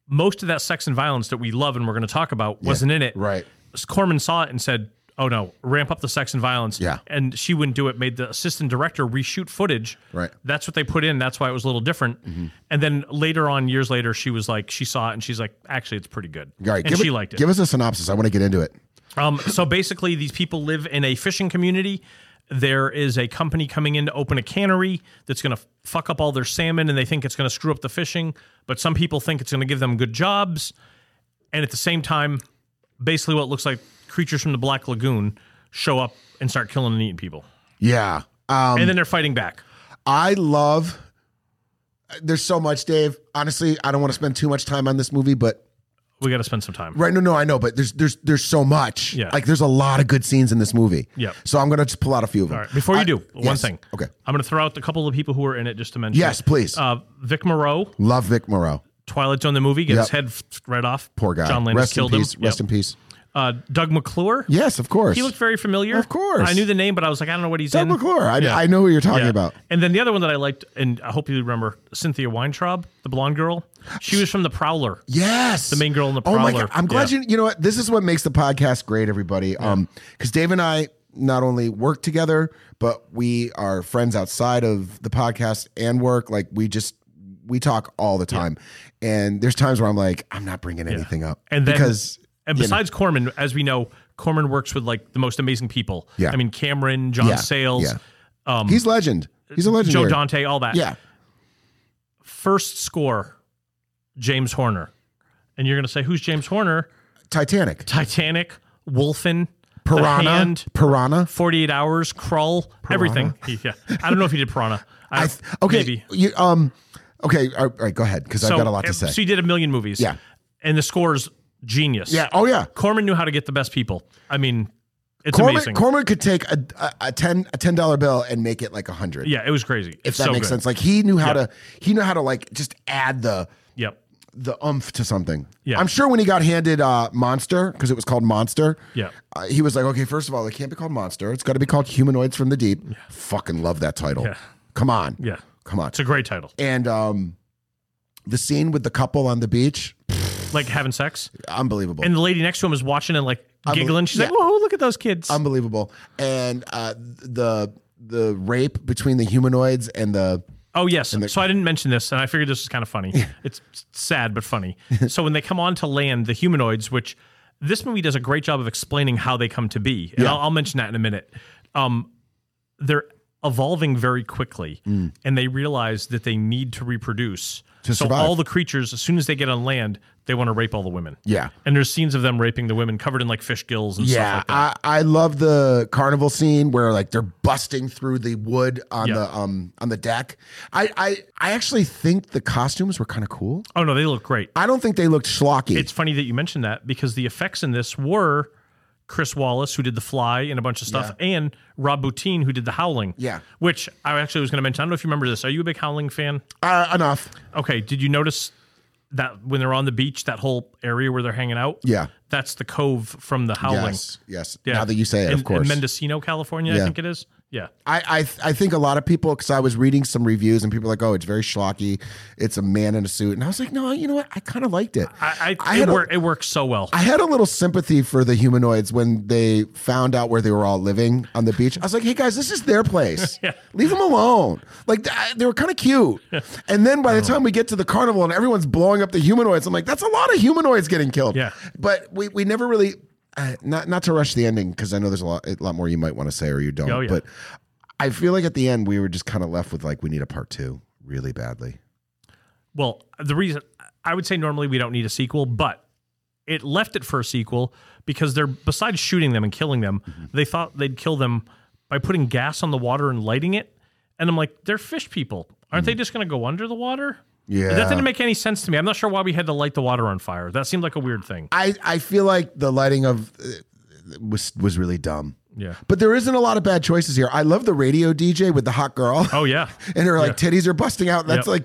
[SPEAKER 3] most of that sex and violence that we love and we're going to talk about wasn't in it.
[SPEAKER 2] right.
[SPEAKER 3] S- Corman saw it and said, "Oh no, ramp up the sex and violence."
[SPEAKER 2] Yeah.
[SPEAKER 3] And she wouldn't do it. Made the assistant director reshoot footage.
[SPEAKER 2] Right. Mm-hmm.
[SPEAKER 3] That's what they put in. That's why it was a little different. And then later on, years later, she was like, she saw it and she's like, actually, it's pretty good.
[SPEAKER 2] All right,
[SPEAKER 3] And
[SPEAKER 2] give
[SPEAKER 3] she
[SPEAKER 2] it-
[SPEAKER 3] liked it.
[SPEAKER 2] Give us a synopsis. I want to get into it.
[SPEAKER 3] Um, so basically, these people live in a fishing community. There is a company coming in to open a cannery that's going to fuck up all their salmon, and they think it's going to screw up the fishing. But some people think it's going to give them good jobs. And at the same time, basically, what looks like creatures from the Black Lagoon show up and start killing and eating people.
[SPEAKER 2] Yeah. Um,
[SPEAKER 3] And then they're fighting back.
[SPEAKER 2] I love. There's so much, Dave. Honestly, I don't want to spend too much time on this movie, but
[SPEAKER 3] We got to spend some time.
[SPEAKER 2] Right. No, no, I know, but there's there's there's so much.
[SPEAKER 3] Yeah.
[SPEAKER 2] Like there's a lot of good scenes in this movie.
[SPEAKER 3] Yeah.
[SPEAKER 2] So I'm gonna just pull out a few of them.
[SPEAKER 3] All right. Before you
[SPEAKER 2] I-
[SPEAKER 3] do, one
[SPEAKER 2] yes.
[SPEAKER 3] thing.
[SPEAKER 2] Okay.
[SPEAKER 3] I'm going to throw out a couple of people who are in it just to mention.
[SPEAKER 2] Yes, please.
[SPEAKER 3] Uh, Vic Moreau,
[SPEAKER 2] Love Vic Moreau.
[SPEAKER 3] Twilight Zone the movie, get his
[SPEAKER 2] Yep.
[SPEAKER 3] head f- right off.
[SPEAKER 2] Poor guy.
[SPEAKER 3] John Landis
[SPEAKER 2] Rest
[SPEAKER 3] killed
[SPEAKER 2] in peace.
[SPEAKER 3] him.
[SPEAKER 2] Rest
[SPEAKER 3] Yep.
[SPEAKER 2] in peace.
[SPEAKER 3] Uh, Doug McClure.
[SPEAKER 2] Yes, of course.
[SPEAKER 3] He looked very familiar.
[SPEAKER 2] Of course.
[SPEAKER 3] I knew the name, but I was like, I don't know what he's
[SPEAKER 2] Doug
[SPEAKER 3] in.
[SPEAKER 2] McClure. I,
[SPEAKER 3] Yeah.
[SPEAKER 2] I know who you're talking
[SPEAKER 3] Yeah.
[SPEAKER 2] about.
[SPEAKER 3] And then the other one that I liked, and I hope you remember, Cynthia Weintraub, the blonde girl. She was from The Prowler.
[SPEAKER 2] Yes. The
[SPEAKER 3] main girl in the
[SPEAKER 2] Oh my
[SPEAKER 3] Prowler.
[SPEAKER 2] god. I'm glad
[SPEAKER 3] Yeah.
[SPEAKER 2] you you know what? This is what makes the podcast great, everybody. Um, because Dave and I not only work together, but we are friends outside of the podcast and work. Like we just we talk all the time. And there's times where I'm like, I'm not bringing anything up.
[SPEAKER 3] And then-
[SPEAKER 2] because
[SPEAKER 3] And besides Corman, as we know, Corman works with like the most amazing people.
[SPEAKER 2] Yeah.
[SPEAKER 3] I mean, Cameron, John
[SPEAKER 2] Yeah.
[SPEAKER 3] Sales,
[SPEAKER 2] Yeah. he's legend. He's a legend.
[SPEAKER 3] um, Joe Dante, all that.
[SPEAKER 2] Yeah.
[SPEAKER 3] First score, James Horner. And you're going to say, who's James Horner?
[SPEAKER 2] Titanic.
[SPEAKER 3] Titanic, Wolfen, The
[SPEAKER 2] Piranha.
[SPEAKER 3] Hand,
[SPEAKER 2] Piranha.
[SPEAKER 3] 48 hours, crawl, everything. Yeah. I don't know if he did piranha. I,
[SPEAKER 2] I th- okay.
[SPEAKER 3] Maybe.
[SPEAKER 2] You, um. Okay. All right. Go ahead, because
[SPEAKER 3] So- eh,
[SPEAKER 2] I've got a lot to say.
[SPEAKER 3] So he did a million movies.
[SPEAKER 2] Yeah.
[SPEAKER 3] And the scores Genius.
[SPEAKER 2] Yeah. Oh yeah.
[SPEAKER 3] Corman knew how to get the best people. I mean, it's
[SPEAKER 2] Corman,
[SPEAKER 3] amazing.
[SPEAKER 2] Corman could take a, a, a ten a ten dollar bill and make it like a hundred.
[SPEAKER 3] yeah, it was crazy.
[SPEAKER 2] If
[SPEAKER 3] It's
[SPEAKER 2] that
[SPEAKER 3] so
[SPEAKER 2] makes
[SPEAKER 3] good.
[SPEAKER 2] sense. Like he knew how
[SPEAKER 3] Yeah.
[SPEAKER 2] to he knew how to like just add the
[SPEAKER 3] Yep.
[SPEAKER 2] the umph to something.
[SPEAKER 3] Yeah.
[SPEAKER 2] I'm sure when he got handed uh, Monster, because it was called Monster,
[SPEAKER 3] Yeah.
[SPEAKER 2] uh, he was like, okay, first of all, it can't be called Monster. It's got to be called Humanoids from the Deep. Fucking love that title.
[SPEAKER 3] Yeah.
[SPEAKER 2] Come on.
[SPEAKER 3] Yeah.
[SPEAKER 2] Come on.
[SPEAKER 3] It's a great title.
[SPEAKER 2] and um, the scene with the couple on the beach,
[SPEAKER 3] Like having sex.
[SPEAKER 2] unbelievable.
[SPEAKER 3] And the lady next to him is watching and like giggling. She's like,
[SPEAKER 2] yeah.
[SPEAKER 3] whoa, look at those kids.
[SPEAKER 2] unbelievable. And uh, the the rape between the humanoids and the
[SPEAKER 3] Oh yes. so I didn't mention this, and I figured this was kind of funny. it's sad but funny. so when they come on to land, the humanoids, which this movie does a great job of explaining how they come to be, and I'll, I'll mention that in a minute. Um, they're evolving very quickly,
[SPEAKER 2] Mm.
[SPEAKER 3] and they realize that they need to reproduce. so
[SPEAKER 2] survive.
[SPEAKER 3] all the creatures, as soon as they get on land, they want to rape all the women.
[SPEAKER 2] Yeah.
[SPEAKER 3] And there's scenes of them raping the women, covered in like fish gills and
[SPEAKER 2] Yeah,
[SPEAKER 3] stuff like that.
[SPEAKER 2] I, I love the carnival scene where like they're busting through the wood on
[SPEAKER 3] Yeah.
[SPEAKER 2] the um on the deck. I I I actually think the costumes were kind of cool.
[SPEAKER 3] oh no, they look great.
[SPEAKER 2] I don't think they looked schlocky.
[SPEAKER 3] It's funny that you mentioned that because the effects in this were Chris Wallace, who did The Fly and a bunch of stuff, and Rob Boutine, who did The Howling.
[SPEAKER 2] Yeah.
[SPEAKER 3] Which I actually was going to mention. I don't know if you remember this. Are you a big Howling fan?
[SPEAKER 2] uh, enough.
[SPEAKER 3] Okay. Did you notice that when they're on the beach, that whole area where they're hanging out?
[SPEAKER 2] Yeah.
[SPEAKER 3] That's the cove from The Howling.
[SPEAKER 2] Yes, yes. Now that you say it,
[SPEAKER 3] In-
[SPEAKER 2] of course.
[SPEAKER 3] In Mendocino, California, I
[SPEAKER 2] Yeah.
[SPEAKER 3] think it is. Yeah.
[SPEAKER 2] I I, th- I think a lot of people because I was reading some reviews and people were like, oh, it's very schlocky. It's a man in a suit, and I was like, no, you know what? I kind of liked it.
[SPEAKER 3] I, I,
[SPEAKER 2] I
[SPEAKER 3] it,
[SPEAKER 2] had a-
[SPEAKER 3] wor- it works so well.
[SPEAKER 2] I had a little sympathy for the humanoids when they found out where they were all living on the beach. I was like, "Hey guys, this is their place. Leave them alone." Like th- I- they were kind of cute. And then
[SPEAKER 3] Oh.
[SPEAKER 2] by the time we get to the carnival and everyone's blowing up the humanoids, I'm like, "That's a lot of humanoids getting killed."
[SPEAKER 3] Yeah.
[SPEAKER 2] But we we never really uh, not not to rush the ending because I know there's a lot a lot more you might want to say or you don't.
[SPEAKER 3] Oh, yeah.
[SPEAKER 2] But I feel like at the end we were just kind of left with like we need a part two really badly.
[SPEAKER 3] Well, the reason I would say normally we don't need a sequel, but it left it for a sequel because they're besides shooting them and killing them,
[SPEAKER 2] Mm-hmm.
[SPEAKER 3] they thought they'd kill them by putting gas on the water and lighting it. And I'm like, they're fish people. Aren't they just going to go under the water? That
[SPEAKER 2] Mm. Yeah.
[SPEAKER 3] didn't make any sense to me. I'm not sure why we had to light the water on fire. That seemed like a weird thing.
[SPEAKER 2] I I feel like the lighting of uh, was was really dumb.
[SPEAKER 3] Yeah.
[SPEAKER 2] But there isn't a lot of bad choices here. I love the radio DJ with the hot girl.
[SPEAKER 3] Oh yeah.
[SPEAKER 2] and her like titties are busting out. That's like
[SPEAKER 3] Yep.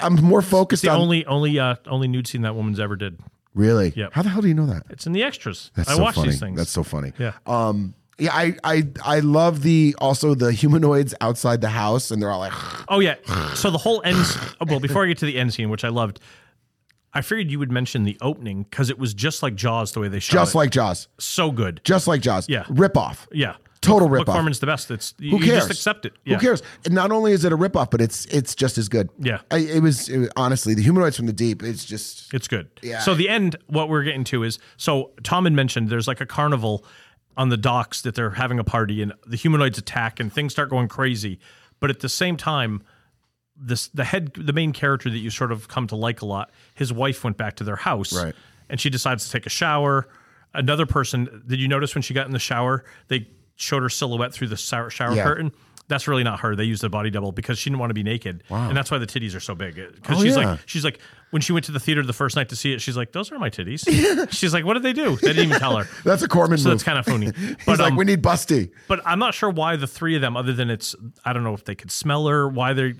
[SPEAKER 2] I'm more focused
[SPEAKER 3] The
[SPEAKER 2] on
[SPEAKER 3] only only uh only nude scene that woman's ever did.
[SPEAKER 2] really.
[SPEAKER 3] Yep.
[SPEAKER 2] How the hell do you know that?
[SPEAKER 3] It's in the extras.
[SPEAKER 2] That's
[SPEAKER 3] I
[SPEAKER 2] so
[SPEAKER 3] watch
[SPEAKER 2] funny.
[SPEAKER 3] these things.
[SPEAKER 2] That's so funny.
[SPEAKER 3] Yeah.
[SPEAKER 2] Um. Yeah. I I I love the also the humanoids outside the house and they're all like
[SPEAKER 3] Oh yeah. So the whole end. oh, well, before I get to the end scene, which I loved, I figured you would mention the opening because it was just like Jaws the way they shot
[SPEAKER 2] just
[SPEAKER 3] it.
[SPEAKER 2] like Jaws,
[SPEAKER 3] so good.
[SPEAKER 2] just like Jaws.
[SPEAKER 3] Yeah.
[SPEAKER 2] Rip off.
[SPEAKER 3] Yeah.
[SPEAKER 2] Total
[SPEAKER 3] Look,
[SPEAKER 2] ripoff.
[SPEAKER 3] Corman's the best. It's you,
[SPEAKER 2] Who
[SPEAKER 3] you
[SPEAKER 2] cares?
[SPEAKER 3] just accept it. Yeah.
[SPEAKER 2] Who cares? And not only is it a ripoff, but it's it's just as good.
[SPEAKER 3] Yeah.
[SPEAKER 2] I, it, was, it was honestly the humanoids from the deep. It's just
[SPEAKER 3] It's good.
[SPEAKER 2] Yeah.
[SPEAKER 3] So the end, what we're getting to is so Tom had mentioned there's like a carnival on the docks that they're having a party and the humanoids attack and things start going crazy. But at the same time, this the head the main character that you sort of come to like a lot, his wife went back to their house.
[SPEAKER 2] Right.
[SPEAKER 3] And she decides to take a shower. Another person, did you notice when she got in the shower, they showed her silhouette through the shower, shower
[SPEAKER 2] Yeah.
[SPEAKER 3] curtain? That's really not her. They used a body double because she didn't want to be naked. Wow. And that's why the titties are so big. Because
[SPEAKER 2] Oh,
[SPEAKER 3] she's
[SPEAKER 2] yeah.
[SPEAKER 3] like, She's like, when she went to the theater the first night to see it, she's like, "Those are my titties." she's like, "What did they do?" They didn't even tell her.
[SPEAKER 2] that's a Corman
[SPEAKER 3] so
[SPEAKER 2] move.
[SPEAKER 3] that's kind of funny.
[SPEAKER 2] He's
[SPEAKER 3] But
[SPEAKER 2] like,
[SPEAKER 3] um,
[SPEAKER 2] we need Busty.
[SPEAKER 3] but I'm not sure why the three of them, other than it's, I don't know if they could smell her, why they're,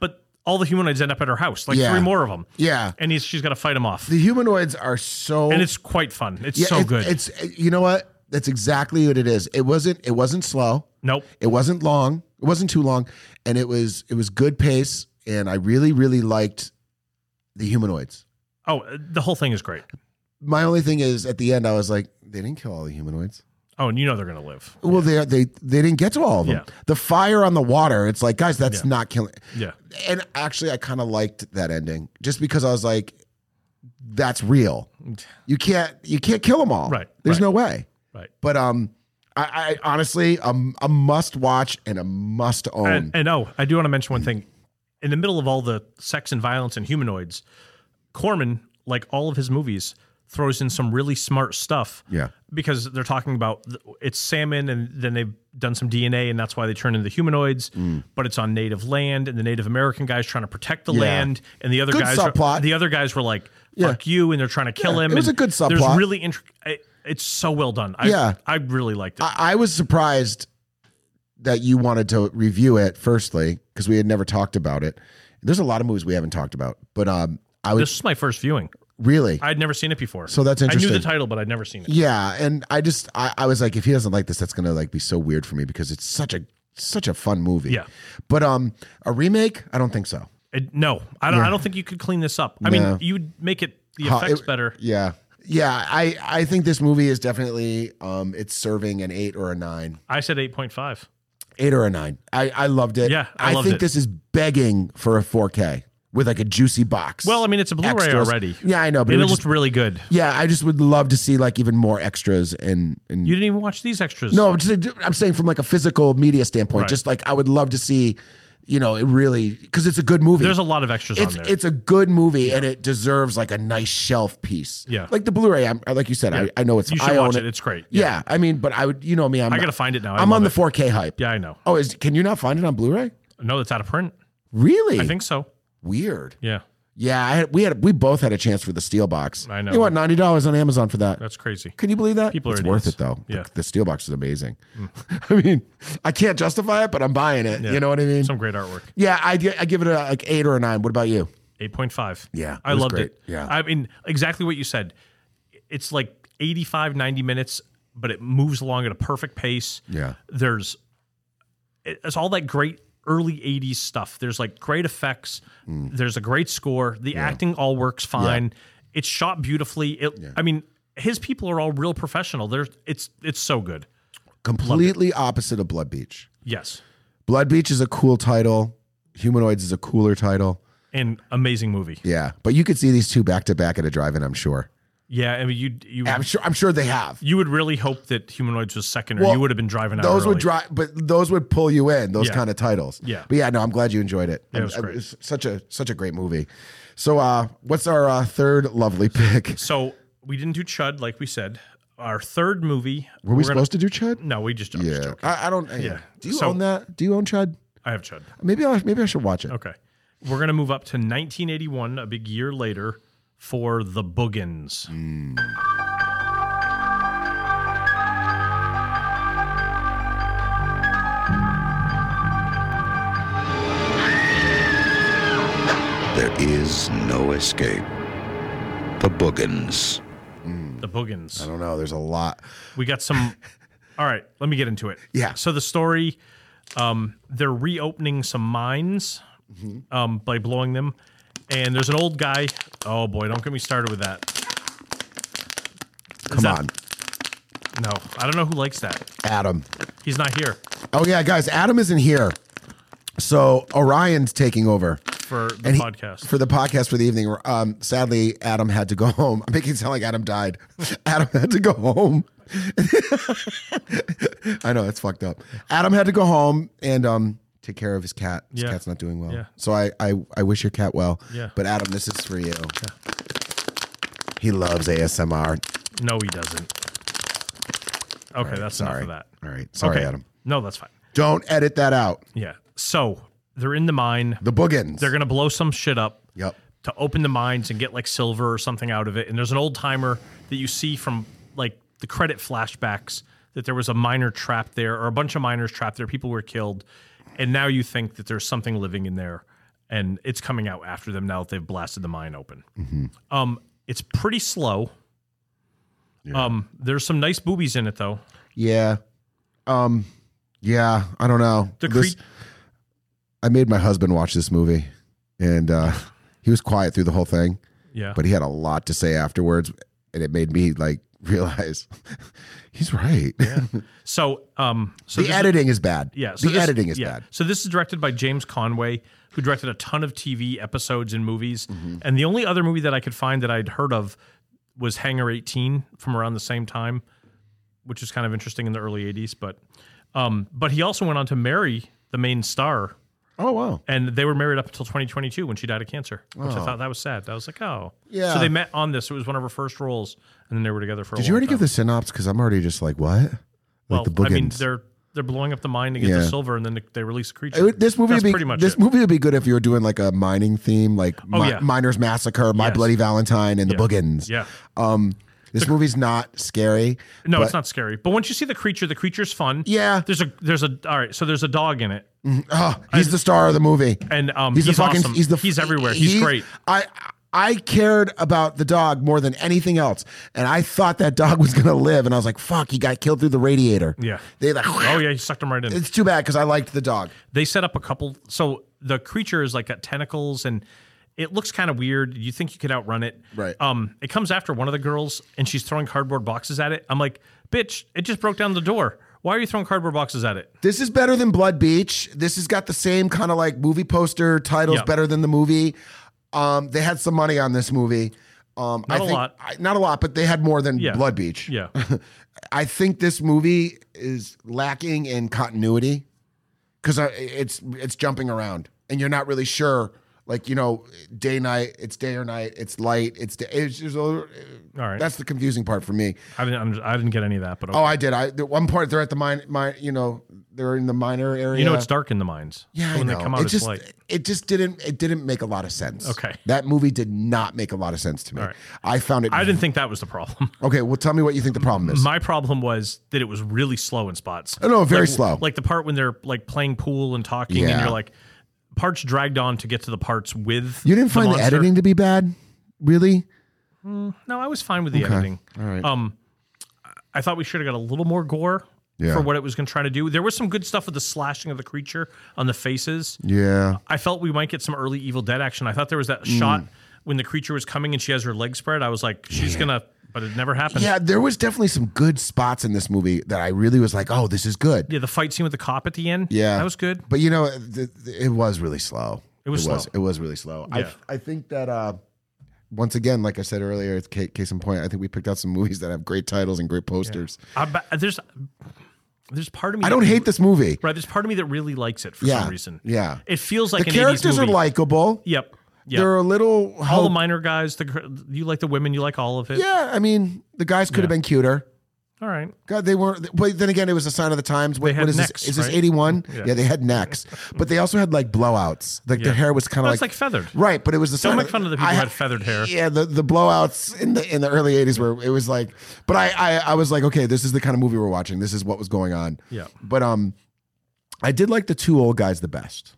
[SPEAKER 3] but all the humanoids end up at her house, like
[SPEAKER 2] Yeah.
[SPEAKER 3] three more of them.
[SPEAKER 2] Yeah.
[SPEAKER 3] and he's she's got to fight them off,
[SPEAKER 2] The humanoids are so
[SPEAKER 3] and it's quite fun. It's
[SPEAKER 2] Yeah,
[SPEAKER 3] so
[SPEAKER 2] it-
[SPEAKER 3] good.
[SPEAKER 2] It's you know what? That's exactly what it is. It wasn't it wasn't slow.
[SPEAKER 3] nope.
[SPEAKER 2] It wasn't long. It wasn't too long, and it was it was good pace. And I really really liked the humanoids.
[SPEAKER 3] Oh, uh, the whole thing is great.
[SPEAKER 2] My only thing is at the end I was like they didn't kill all the humanoids.
[SPEAKER 3] Oh, and you know they're gonna live.
[SPEAKER 2] Well, they they they didn't get to all of them.
[SPEAKER 3] Yeah.
[SPEAKER 2] The fire on the water. It's like guys, that's
[SPEAKER 3] Yeah.
[SPEAKER 2] not killing.
[SPEAKER 3] Yeah,
[SPEAKER 2] And actually, I kind of liked that ending just because I was like, that's real. You can't you can't kill them all.
[SPEAKER 3] Right,
[SPEAKER 2] There's
[SPEAKER 3] right.
[SPEAKER 2] no way.
[SPEAKER 3] right.
[SPEAKER 2] But um, I, I honestly um, a must watch and a must own.
[SPEAKER 3] And, and oh, I do want to mention one thing. In the middle of all the sex and violence and humanoids, Corman, like all of his movies, throws in some really smart stuff.
[SPEAKER 2] Yeah.
[SPEAKER 3] Because they're talking about th- it's salmon, and then they've done some DNA, and that's why they turn into humanoids. But it's on native land, and the Native American guy's trying to protect the
[SPEAKER 2] Mm. Yeah.
[SPEAKER 3] land, and the other
[SPEAKER 2] Good
[SPEAKER 3] guys, Are,
[SPEAKER 2] subplot.
[SPEAKER 3] the other guys were like, "Fuck you," and they're trying to kill
[SPEAKER 2] Yeah,
[SPEAKER 3] him.
[SPEAKER 2] it was
[SPEAKER 3] and
[SPEAKER 2] a good
[SPEAKER 3] There's
[SPEAKER 2] subplot.
[SPEAKER 3] really intric- it, It's so well done. I,
[SPEAKER 2] Yeah.
[SPEAKER 3] I really liked it.
[SPEAKER 2] I, I was surprised that you wanted to review it firstly because we had never talked about it. There's a lot of movies we haven't talked about, but um, I was
[SPEAKER 3] this is my first viewing.
[SPEAKER 2] really
[SPEAKER 3] I'd never seen it before.
[SPEAKER 2] So that's
[SPEAKER 3] I knew the
[SPEAKER 2] interesting.
[SPEAKER 3] title, but I'd never seen it.
[SPEAKER 2] yeah, and I just I, I was like, if he doesn't like this, that's gonna like be so weird for me because it's such a such a fun movie.
[SPEAKER 3] Yeah.
[SPEAKER 2] but um, a remake? I don't think so.
[SPEAKER 3] It- no, I don't. I don't think you could clean this up. I mean,
[SPEAKER 2] No.
[SPEAKER 3] you'd make it the
[SPEAKER 2] How-
[SPEAKER 3] effects
[SPEAKER 2] it-
[SPEAKER 3] better.
[SPEAKER 2] Yeah. Yeah, I, I think this movie is definitely um it's serving an eight or a nine.
[SPEAKER 3] I said eight point five.
[SPEAKER 2] Eight or a nine. I, I loved it.
[SPEAKER 3] Yeah, I loved
[SPEAKER 2] think
[SPEAKER 3] it.
[SPEAKER 2] this is begging for a 4K with like a juicy box.
[SPEAKER 3] Well, I mean, it's a Blu-ray
[SPEAKER 2] Extras.
[SPEAKER 3] already.
[SPEAKER 2] Yeah, I know, but
[SPEAKER 3] and
[SPEAKER 2] it
[SPEAKER 3] it
[SPEAKER 2] was
[SPEAKER 3] looked
[SPEAKER 2] just-
[SPEAKER 3] really good.
[SPEAKER 2] yeah, I just would love to see like even more extras and and
[SPEAKER 3] You didn't even watch these extras.
[SPEAKER 2] no, I'm, just, I'm saying from like a physical media standpoint,
[SPEAKER 3] Right.
[SPEAKER 2] just like I would love to see, you know, it really because it's a good movie.
[SPEAKER 3] there's a lot of extras
[SPEAKER 2] it's
[SPEAKER 3] on there.
[SPEAKER 2] it's a good movie and it deserves like a nice shelf piece.
[SPEAKER 3] Yeah.
[SPEAKER 2] like the Blu-ray. I'm like you said,
[SPEAKER 3] Yeah.
[SPEAKER 2] I, I know it's
[SPEAKER 3] you should
[SPEAKER 2] I own
[SPEAKER 3] watch it.
[SPEAKER 2] it.
[SPEAKER 3] It's great.
[SPEAKER 2] Yeah. I mean, but I would, you know me. I'm
[SPEAKER 3] I gotta find it now. I
[SPEAKER 2] I'm on
[SPEAKER 3] love
[SPEAKER 2] the
[SPEAKER 3] it.
[SPEAKER 2] 4K hype.
[SPEAKER 3] yeah, I know.
[SPEAKER 2] Oh, is can you not find it on Blu-ray?
[SPEAKER 3] No, that's out of print.
[SPEAKER 2] Really?
[SPEAKER 3] I think so.
[SPEAKER 2] weird.
[SPEAKER 3] Yeah,
[SPEAKER 2] Yeah, I had, we had we both had a chance for the steel box.
[SPEAKER 3] I know.
[SPEAKER 2] You want ninety dollars on Amazon for that?
[SPEAKER 3] that's crazy.
[SPEAKER 2] Can you believe that?
[SPEAKER 3] People are
[SPEAKER 2] it's
[SPEAKER 3] idiots.
[SPEAKER 2] worth it though.
[SPEAKER 3] Yeah. Mm.
[SPEAKER 2] The, the steel box is amazing. I mean, I can't justify it, but I'm buying it.
[SPEAKER 3] Yeah.
[SPEAKER 2] You know what I mean?
[SPEAKER 3] Some great artwork.
[SPEAKER 2] yeah, I, gi- I give it a like eight or a nine. What about you?
[SPEAKER 3] Eight point five.
[SPEAKER 2] Yeah, it
[SPEAKER 3] I
[SPEAKER 2] was
[SPEAKER 3] loved
[SPEAKER 2] great.
[SPEAKER 3] it.
[SPEAKER 2] Yeah.
[SPEAKER 3] I mean, exactly what you said. It's like 85, 90 minutes, but it moves along at a perfect pace.
[SPEAKER 2] Yeah.
[SPEAKER 3] there's it's all that great early 80s stuff there's like great effects
[SPEAKER 2] Mm.
[SPEAKER 3] there's a great score the acting all works fine it's shot beautifully it i mean his people are all real professional there's it's it's so good
[SPEAKER 2] Completely opposite of Blood Beach.
[SPEAKER 3] yes
[SPEAKER 2] Blood Beach is a cool title. Humanoids is a cooler title.
[SPEAKER 3] and amazing movie
[SPEAKER 2] Yeah, but you could see these two back to back at a drive-in. I'm sure.
[SPEAKER 3] yeah i mean you you
[SPEAKER 2] I'm sure. I'm sure they have.
[SPEAKER 3] you would really hope that humanoids was second or
[SPEAKER 2] Well,
[SPEAKER 3] you would have been driving out
[SPEAKER 2] Those
[SPEAKER 3] early.
[SPEAKER 2] would drive, but those would pull you in. Those
[SPEAKER 3] Yeah.
[SPEAKER 2] kind of titles.
[SPEAKER 3] Yeah.
[SPEAKER 2] But yeah, no, I'm glad you enjoyed it.
[SPEAKER 3] it was
[SPEAKER 2] I'm-
[SPEAKER 3] great.
[SPEAKER 2] It's such a such a great movie. So, uh, what's our uh, third lovely pick?
[SPEAKER 3] so we didn't do chud like we said our third movie
[SPEAKER 2] Were we supposed to do Chud?
[SPEAKER 3] to no we just, I'm just
[SPEAKER 2] Yeah.
[SPEAKER 3] joking.
[SPEAKER 2] I, I don't. Yeah. Do you
[SPEAKER 3] So-
[SPEAKER 2] own that? Do you own Chud?
[SPEAKER 3] i have chud
[SPEAKER 2] Maybe I maybe I should watch it.
[SPEAKER 3] Okay. We're going to move up to 1981, a big year later, for The Boogans.
[SPEAKER 2] Mm.
[SPEAKER 4] There is no escape. The Boogans.
[SPEAKER 3] The Boogans.
[SPEAKER 2] I don't know. There's a lot.
[SPEAKER 3] We got some. All right, let me get into it.
[SPEAKER 2] Yeah.
[SPEAKER 3] So the story, um, they're reopening some mines
[SPEAKER 2] Mm-hmm.
[SPEAKER 3] um, by blowing them, and there's an old guy. Oh boy, don't get me started with that. Is
[SPEAKER 2] Come
[SPEAKER 3] that-
[SPEAKER 2] on,
[SPEAKER 3] No, I don't know who likes that.
[SPEAKER 2] Adam.
[SPEAKER 3] He's not here
[SPEAKER 2] Oh yeah, guys. Adam isn't here, so Orion's taking over.
[SPEAKER 3] for the
[SPEAKER 2] And he-
[SPEAKER 3] podcast.
[SPEAKER 2] for the podcast for the evening. Um, sadly, Adam had to go home. I'm making it sound like Adam died. Adam had to go home. I know that's fucked up. Adam had to go home and um take care of his cat. His
[SPEAKER 3] Yeah.
[SPEAKER 2] cat's not doing well.
[SPEAKER 3] Yeah.
[SPEAKER 2] So I, I I wish your cat well.
[SPEAKER 3] Yeah.
[SPEAKER 2] But Adam, this is for you. He loves ASMR.
[SPEAKER 3] no, he doesn't. Okay, that's
[SPEAKER 2] Sorry.
[SPEAKER 3] enough of that.
[SPEAKER 2] All right. Sorry,
[SPEAKER 3] okay.
[SPEAKER 2] Adam.
[SPEAKER 3] No, that's fine.
[SPEAKER 2] Don't edit that out.
[SPEAKER 3] Yeah. So they're in the mine.
[SPEAKER 2] The boogans.
[SPEAKER 3] They're gonna blow some shit up
[SPEAKER 2] Yep.
[SPEAKER 3] to open the mines and get like silver or something out of it. And there's an old timer that you see from like the credit flashbacks that there was a miner trapped there or a bunch of miners trapped there. People were killed, and now you think that there's something living in there, and it's coming out after them now that they've blasted the mine open.
[SPEAKER 2] Mm-hmm.
[SPEAKER 3] Um, it's pretty slow. Um, there's some nice boobies in it though.
[SPEAKER 2] Yeah. Um yeah, I don't know.
[SPEAKER 3] The cre-
[SPEAKER 2] This- I made my husband watch this movie, and uh, he was quiet through the whole thing,
[SPEAKER 3] yeah,
[SPEAKER 2] but he had a lot to say afterwards, and it made me like realize he's right.
[SPEAKER 3] so um, so
[SPEAKER 2] the
[SPEAKER 3] this is-
[SPEAKER 2] editing is bad.
[SPEAKER 3] Yeah.
[SPEAKER 2] the
[SPEAKER 3] this-
[SPEAKER 2] editing is
[SPEAKER 3] yeah.
[SPEAKER 2] bad.
[SPEAKER 3] So this is directed by James Conway, who directed a ton of TV episodes and movies.
[SPEAKER 2] Mm-hmm.
[SPEAKER 3] And the only other movie that I could find that I'd heard of was Hangar 18 from around the same time, which is kind of interesting in the early 80s. But um, but he also went on to marry the main star
[SPEAKER 2] Oh wow.
[SPEAKER 3] and they were married up until 2022 when she died of cancer, which I thought that was sad. I was like, oh,
[SPEAKER 2] Oh. Yeah.
[SPEAKER 3] So they met on this. It was one of her first roles, and then they were together for. a
[SPEAKER 2] Did you already
[SPEAKER 3] long
[SPEAKER 2] give the synopsis? Because I'm already just like what?
[SPEAKER 3] time.
[SPEAKER 2] like the
[SPEAKER 3] well? I mean,
[SPEAKER 2] bookends.
[SPEAKER 3] they're they're blowing up the mine to get the
[SPEAKER 2] Yeah.
[SPEAKER 3] silver, and then they release a creature.
[SPEAKER 2] It would- this movie
[SPEAKER 3] That's
[SPEAKER 2] would be
[SPEAKER 3] pretty much
[SPEAKER 2] this
[SPEAKER 3] it. Oh,
[SPEAKER 2] movie would be good if you were doing like a mining theme, like Mi-
[SPEAKER 3] yeah.
[SPEAKER 2] Miner's Massacre, My
[SPEAKER 3] Yes.
[SPEAKER 2] Bloody Valentine, and
[SPEAKER 3] Yeah.
[SPEAKER 2] the Boogans.
[SPEAKER 3] Yeah.
[SPEAKER 2] Um, this movie's not scary.
[SPEAKER 3] No,
[SPEAKER 2] but-
[SPEAKER 3] it's not scary. But once you see the creature, the creature's fun.
[SPEAKER 2] Yeah.
[SPEAKER 3] There's a there's a all right. So there's a dog in it,
[SPEAKER 2] Oh, he's the star of the movie.
[SPEAKER 3] and um,
[SPEAKER 2] He's,
[SPEAKER 3] he's,
[SPEAKER 2] the fucking.
[SPEAKER 3] awesome.
[SPEAKER 2] He's the.
[SPEAKER 3] he's everywhere. He's
[SPEAKER 2] he-
[SPEAKER 3] great.
[SPEAKER 2] I I cared about the dog more than anything else, and I thought that dog was gonna live, and I was like, "Fuck!" He got killed through the radiator.
[SPEAKER 3] Yeah.
[SPEAKER 2] They like.
[SPEAKER 3] Oh yeah, he sucked him right in.
[SPEAKER 2] It's too bad because I liked the dog.
[SPEAKER 3] they set up a couple so the creature is like got tentacles and it looks kind of weird you think you could outrun it
[SPEAKER 2] Right.
[SPEAKER 3] um it comes after one of the girls and she's throwing cardboard boxes at it i'm like bitch it just broke down the door why are you throwing cardboard boxes at it
[SPEAKER 2] This is better than Blood Beach. This has got the same kind of like movie poster titles,
[SPEAKER 3] Yeah.
[SPEAKER 2] better than the movie. Um, they had some money on this movie. Um, I
[SPEAKER 3] Not a
[SPEAKER 2] think-
[SPEAKER 3] lot.
[SPEAKER 2] I- not a lot, but they had more than
[SPEAKER 3] Yeah.
[SPEAKER 2] Blood Beach.
[SPEAKER 3] yeah
[SPEAKER 2] I think this movie is lacking in continuity because it's it's jumping around and you're not really sure. Like you know, day night, it's day or night, it's light, it's day. It's just, all
[SPEAKER 3] right.
[SPEAKER 2] That's the confusing part for me.
[SPEAKER 3] i didn't I'm, i didn't get any of that but okay.
[SPEAKER 2] Oh, I did. I at one part they're at the mine, mine. You know, they're in the minor area.
[SPEAKER 3] you know it's dark in the mines
[SPEAKER 2] Yeah,
[SPEAKER 3] so when
[SPEAKER 2] I know.
[SPEAKER 3] they come out
[SPEAKER 2] it
[SPEAKER 3] it's
[SPEAKER 2] just
[SPEAKER 3] like
[SPEAKER 2] it just didn't it didn't make a lot of sense.
[SPEAKER 3] Okay.
[SPEAKER 2] that movie did not make a lot of sense to me.
[SPEAKER 3] right.
[SPEAKER 2] I found it.
[SPEAKER 3] i didn't think that was the problem
[SPEAKER 2] okay, well, tell me what you think the problem is.
[SPEAKER 3] my problem was that it was really slow in spots
[SPEAKER 2] oh no, very slow.
[SPEAKER 3] like the part when they're like playing pool and talking and
[SPEAKER 2] Yeah.
[SPEAKER 3] you're like parts dragged on to get to the parts with
[SPEAKER 2] you didn't find the,
[SPEAKER 3] monster.
[SPEAKER 2] editing to be bad, really?
[SPEAKER 3] No, I was fine with the editing. All right. Um, I thought we should have got a little more gore
[SPEAKER 2] Yeah.
[SPEAKER 3] for what it was going to try to do. There was some good stuff with the slashing of the creature on the faces.
[SPEAKER 2] Yeah,
[SPEAKER 3] I felt we might get some early Evil Dead action. I thought there was that
[SPEAKER 2] Hmm.
[SPEAKER 3] shot when the creature was coming and she has her legs spread. I was like, she's gonna, but it never happened.
[SPEAKER 2] yeah. There was definitely some good spots in this movie that I really was like, oh, this is good.
[SPEAKER 3] Yeah, the fight scene with the cop at the end.
[SPEAKER 2] Yeah.
[SPEAKER 3] that was good.
[SPEAKER 2] But you know, th- th- it was really slow.
[SPEAKER 3] It was slow.
[SPEAKER 2] It was really slow.
[SPEAKER 3] Yeah.
[SPEAKER 2] I I think that uh, once again, like I said earlier, it's ca- case in point. I think we picked out some movies that have great titles and great posters.
[SPEAKER 3] I, but there's, there's part of me.
[SPEAKER 2] I don't
[SPEAKER 3] that-
[SPEAKER 2] hate this movie.
[SPEAKER 3] Right, there's part of me that really likes it for
[SPEAKER 2] Yeah,
[SPEAKER 3] some reason.
[SPEAKER 2] yeah.
[SPEAKER 3] it feels like
[SPEAKER 2] the
[SPEAKER 3] an 80s
[SPEAKER 2] characters are
[SPEAKER 3] movie.
[SPEAKER 2] likable.
[SPEAKER 3] Yep. Yep.
[SPEAKER 2] They're a little.
[SPEAKER 3] all the
[SPEAKER 2] hope-
[SPEAKER 3] minor guys. The gr- you like the women. You like all of it.
[SPEAKER 2] yeah, I mean, the guys could have been cuter.
[SPEAKER 3] All right.
[SPEAKER 2] God, they weren't. But then again, it was a sign of the times. What,
[SPEAKER 3] had
[SPEAKER 2] what is
[SPEAKER 3] necks,
[SPEAKER 2] this? Is this
[SPEAKER 3] right?
[SPEAKER 2] eighty-one?
[SPEAKER 3] Yeah.
[SPEAKER 2] Yeah. they had necks, but they also had like blowouts. Like
[SPEAKER 3] Yeah.
[SPEAKER 2] their hair was kind of
[SPEAKER 3] Well,
[SPEAKER 2] like,
[SPEAKER 3] it's like feathered.
[SPEAKER 2] right? But it was the
[SPEAKER 3] Don't
[SPEAKER 2] sign
[SPEAKER 3] make fun of the people who had feathered hair.
[SPEAKER 2] Yeah, the, the blowouts in the in the early eighties were it was like. But I, I I was like, okay, this is the kind of movie we're watching. This is what was going on.
[SPEAKER 3] Yeah.
[SPEAKER 2] But um, I did like the two old guys the best.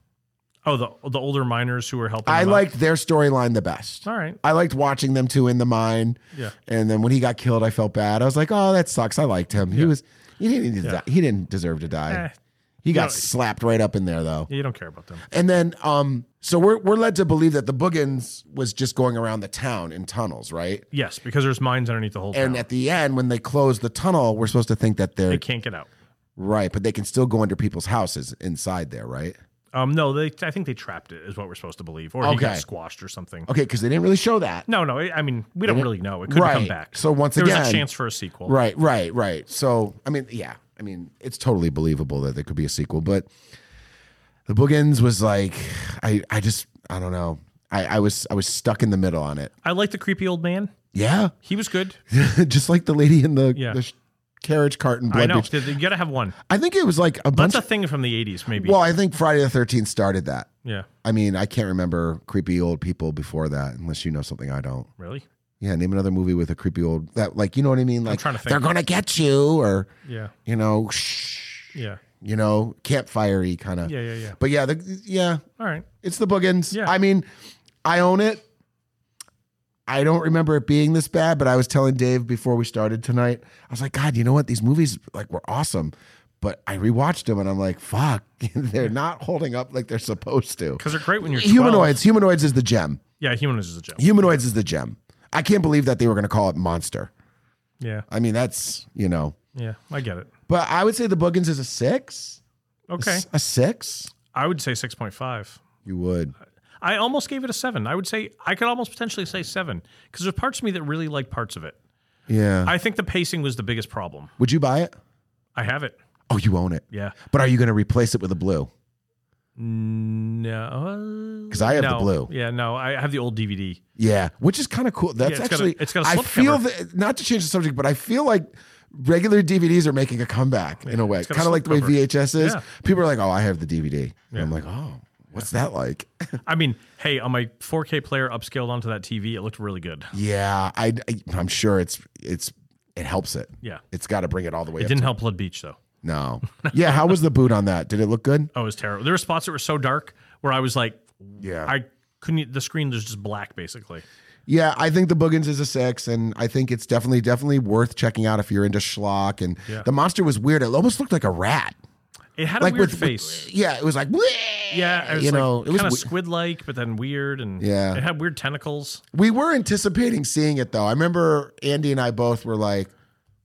[SPEAKER 3] Oh, the the older miners who were helping.
[SPEAKER 2] I
[SPEAKER 3] them out.
[SPEAKER 2] liked their storyline the best.
[SPEAKER 3] All right.
[SPEAKER 2] I liked watching them two in the mine.
[SPEAKER 3] Yeah.
[SPEAKER 2] And then when he got killed, I felt bad. I was like, oh, that sucks. I liked him. He was he didn't
[SPEAKER 3] Yeah.
[SPEAKER 2] he didn't deserve to die.
[SPEAKER 3] Eh,
[SPEAKER 2] he got
[SPEAKER 3] no.
[SPEAKER 2] slapped right up in there though.
[SPEAKER 3] you don't care about them.
[SPEAKER 2] And then um so we're we're led to believe that the Boogans was just going around the town in tunnels, right?
[SPEAKER 3] Yes, because there's mines underneath the whole
[SPEAKER 2] And
[SPEAKER 3] town.
[SPEAKER 2] at the end, when they close the tunnel, we're supposed to think that they're
[SPEAKER 3] They can't get out.
[SPEAKER 2] right, but they can still go under people's houses inside there, right?
[SPEAKER 3] Um, no, they. I think they trapped it, is what we're supposed to believe, or he got
[SPEAKER 2] Okay.
[SPEAKER 3] squashed or something.
[SPEAKER 2] Okay, because they didn't really show that.
[SPEAKER 3] No, no. I I mean, we don't really know. It could come
[SPEAKER 2] Right.
[SPEAKER 3] back.
[SPEAKER 2] So once
[SPEAKER 3] there was
[SPEAKER 2] again-
[SPEAKER 3] a chance for a sequel.
[SPEAKER 2] Right, right, right. So, I mean, yeah, I mean, it's totally believable that there could be a sequel, but the bookends was like, I, I just, I don't know. I, I was, I was stuck in the middle on it.
[SPEAKER 3] I like the creepy old man.
[SPEAKER 2] Yeah,
[SPEAKER 3] He was good.
[SPEAKER 2] just like the lady in the,
[SPEAKER 3] Yeah.
[SPEAKER 2] the sh- carriage cart in
[SPEAKER 3] I
[SPEAKER 2] Blood
[SPEAKER 3] know.
[SPEAKER 2] Beach.
[SPEAKER 3] You gotta have one.
[SPEAKER 2] I think it was like a bunch.
[SPEAKER 3] That's a
[SPEAKER 2] Of,
[SPEAKER 3] thing from the '80s, maybe.
[SPEAKER 2] well, I think Friday the Thirteenth started that.
[SPEAKER 3] yeah.
[SPEAKER 2] I mean, I can't remember creepy old people before that, unless you know something I don't.
[SPEAKER 3] Really?
[SPEAKER 2] Yeah, name another movie with a creepy old that, like, you know what I mean? Like,
[SPEAKER 3] trying to think.
[SPEAKER 2] they're gonna get you, or
[SPEAKER 3] Yeah.
[SPEAKER 2] you know, shh.
[SPEAKER 3] Yeah.
[SPEAKER 2] you know, campfirey kind of.
[SPEAKER 3] Yeah, yeah, yeah.
[SPEAKER 2] But yeah, the, yeah,
[SPEAKER 3] All right.
[SPEAKER 2] it's the boogans.
[SPEAKER 3] Yeah.
[SPEAKER 2] I mean, I own it. I don't remember it being this bad, but I was telling Dave before we started tonight. I was like, God, you know what? These movies like were awesome, but I rewatched them and I'm like, fuck, they're not holding up like they're supposed to.
[SPEAKER 3] Because they're great when you're 12.
[SPEAKER 2] Humanoids, humanoids is the gem.
[SPEAKER 3] Yeah, humanoids is a joke.
[SPEAKER 2] Humanoids is the gem. I can't believe that they were going to call it monster.
[SPEAKER 3] Yeah.
[SPEAKER 2] I mean, that's you know.
[SPEAKER 3] Yeah. I get it.
[SPEAKER 2] But I would say the boogans is a six.
[SPEAKER 3] Okay.
[SPEAKER 2] a six.
[SPEAKER 3] I would say six point five.
[SPEAKER 2] You would.
[SPEAKER 3] I almost gave it a seven. I would say I could almost potentially say seven because there's parts of me that really like parts of it.
[SPEAKER 2] Yeah.
[SPEAKER 3] I think the pacing was the biggest problem.
[SPEAKER 2] Would you buy it?
[SPEAKER 3] I have it.
[SPEAKER 2] Oh, you own it.
[SPEAKER 3] Yeah.
[SPEAKER 2] But are you going to replace it with a blue?
[SPEAKER 3] No,
[SPEAKER 2] Because I have the
[SPEAKER 3] No.
[SPEAKER 2] blue.
[SPEAKER 3] Yeah, no, I have the old DVD.
[SPEAKER 2] Yeah, which is kind of cool. That's
[SPEAKER 3] it's got a-
[SPEAKER 2] actually
[SPEAKER 3] it's got a
[SPEAKER 2] I
[SPEAKER 3] slip
[SPEAKER 2] feel
[SPEAKER 3] cover.
[SPEAKER 2] that not to change the subject, but I feel like regular DVDs are making a comeback in a way,
[SPEAKER 3] it's got a
[SPEAKER 2] kind of like the way
[SPEAKER 3] slip cover.
[SPEAKER 2] VHS is.
[SPEAKER 3] Yeah.
[SPEAKER 2] People are like, "Oh, I have the DVD," and I'm like, "Oh, what's that like?"
[SPEAKER 3] I mean, hey, on my 4K player upscaled onto that TV, it looked really good.
[SPEAKER 2] yeah, I, I am sure it's it's it helps it.
[SPEAKER 3] Yeah.
[SPEAKER 2] it's got to bring it all the way.
[SPEAKER 3] It
[SPEAKER 2] up
[SPEAKER 3] didn't
[SPEAKER 2] to-
[SPEAKER 3] help Blood Beach though.
[SPEAKER 2] No. Yeah, how was the boot on that? Did it look good?
[SPEAKER 3] Oh, it was terrible. There were spots that were so dark where I was like,
[SPEAKER 2] Yeah.
[SPEAKER 3] I couldn't. The screen was just black basically.
[SPEAKER 2] Yeah, I think the Boogans is a six, and I think it's definitely definitely worth checking out if you're into schlock. And the monster was weird; it almost looked like a rat,
[SPEAKER 3] It had a
[SPEAKER 2] like
[SPEAKER 3] weird
[SPEAKER 2] with
[SPEAKER 3] face.
[SPEAKER 2] with- yeah, it was like
[SPEAKER 3] yeah, it was
[SPEAKER 2] you know, it was
[SPEAKER 3] kind of
[SPEAKER 2] we-
[SPEAKER 3] squid like, but then weird and
[SPEAKER 2] Yeah.
[SPEAKER 3] it had weird tentacles.
[SPEAKER 2] We were anticipating seeing it though. I remember Andy and I both were like,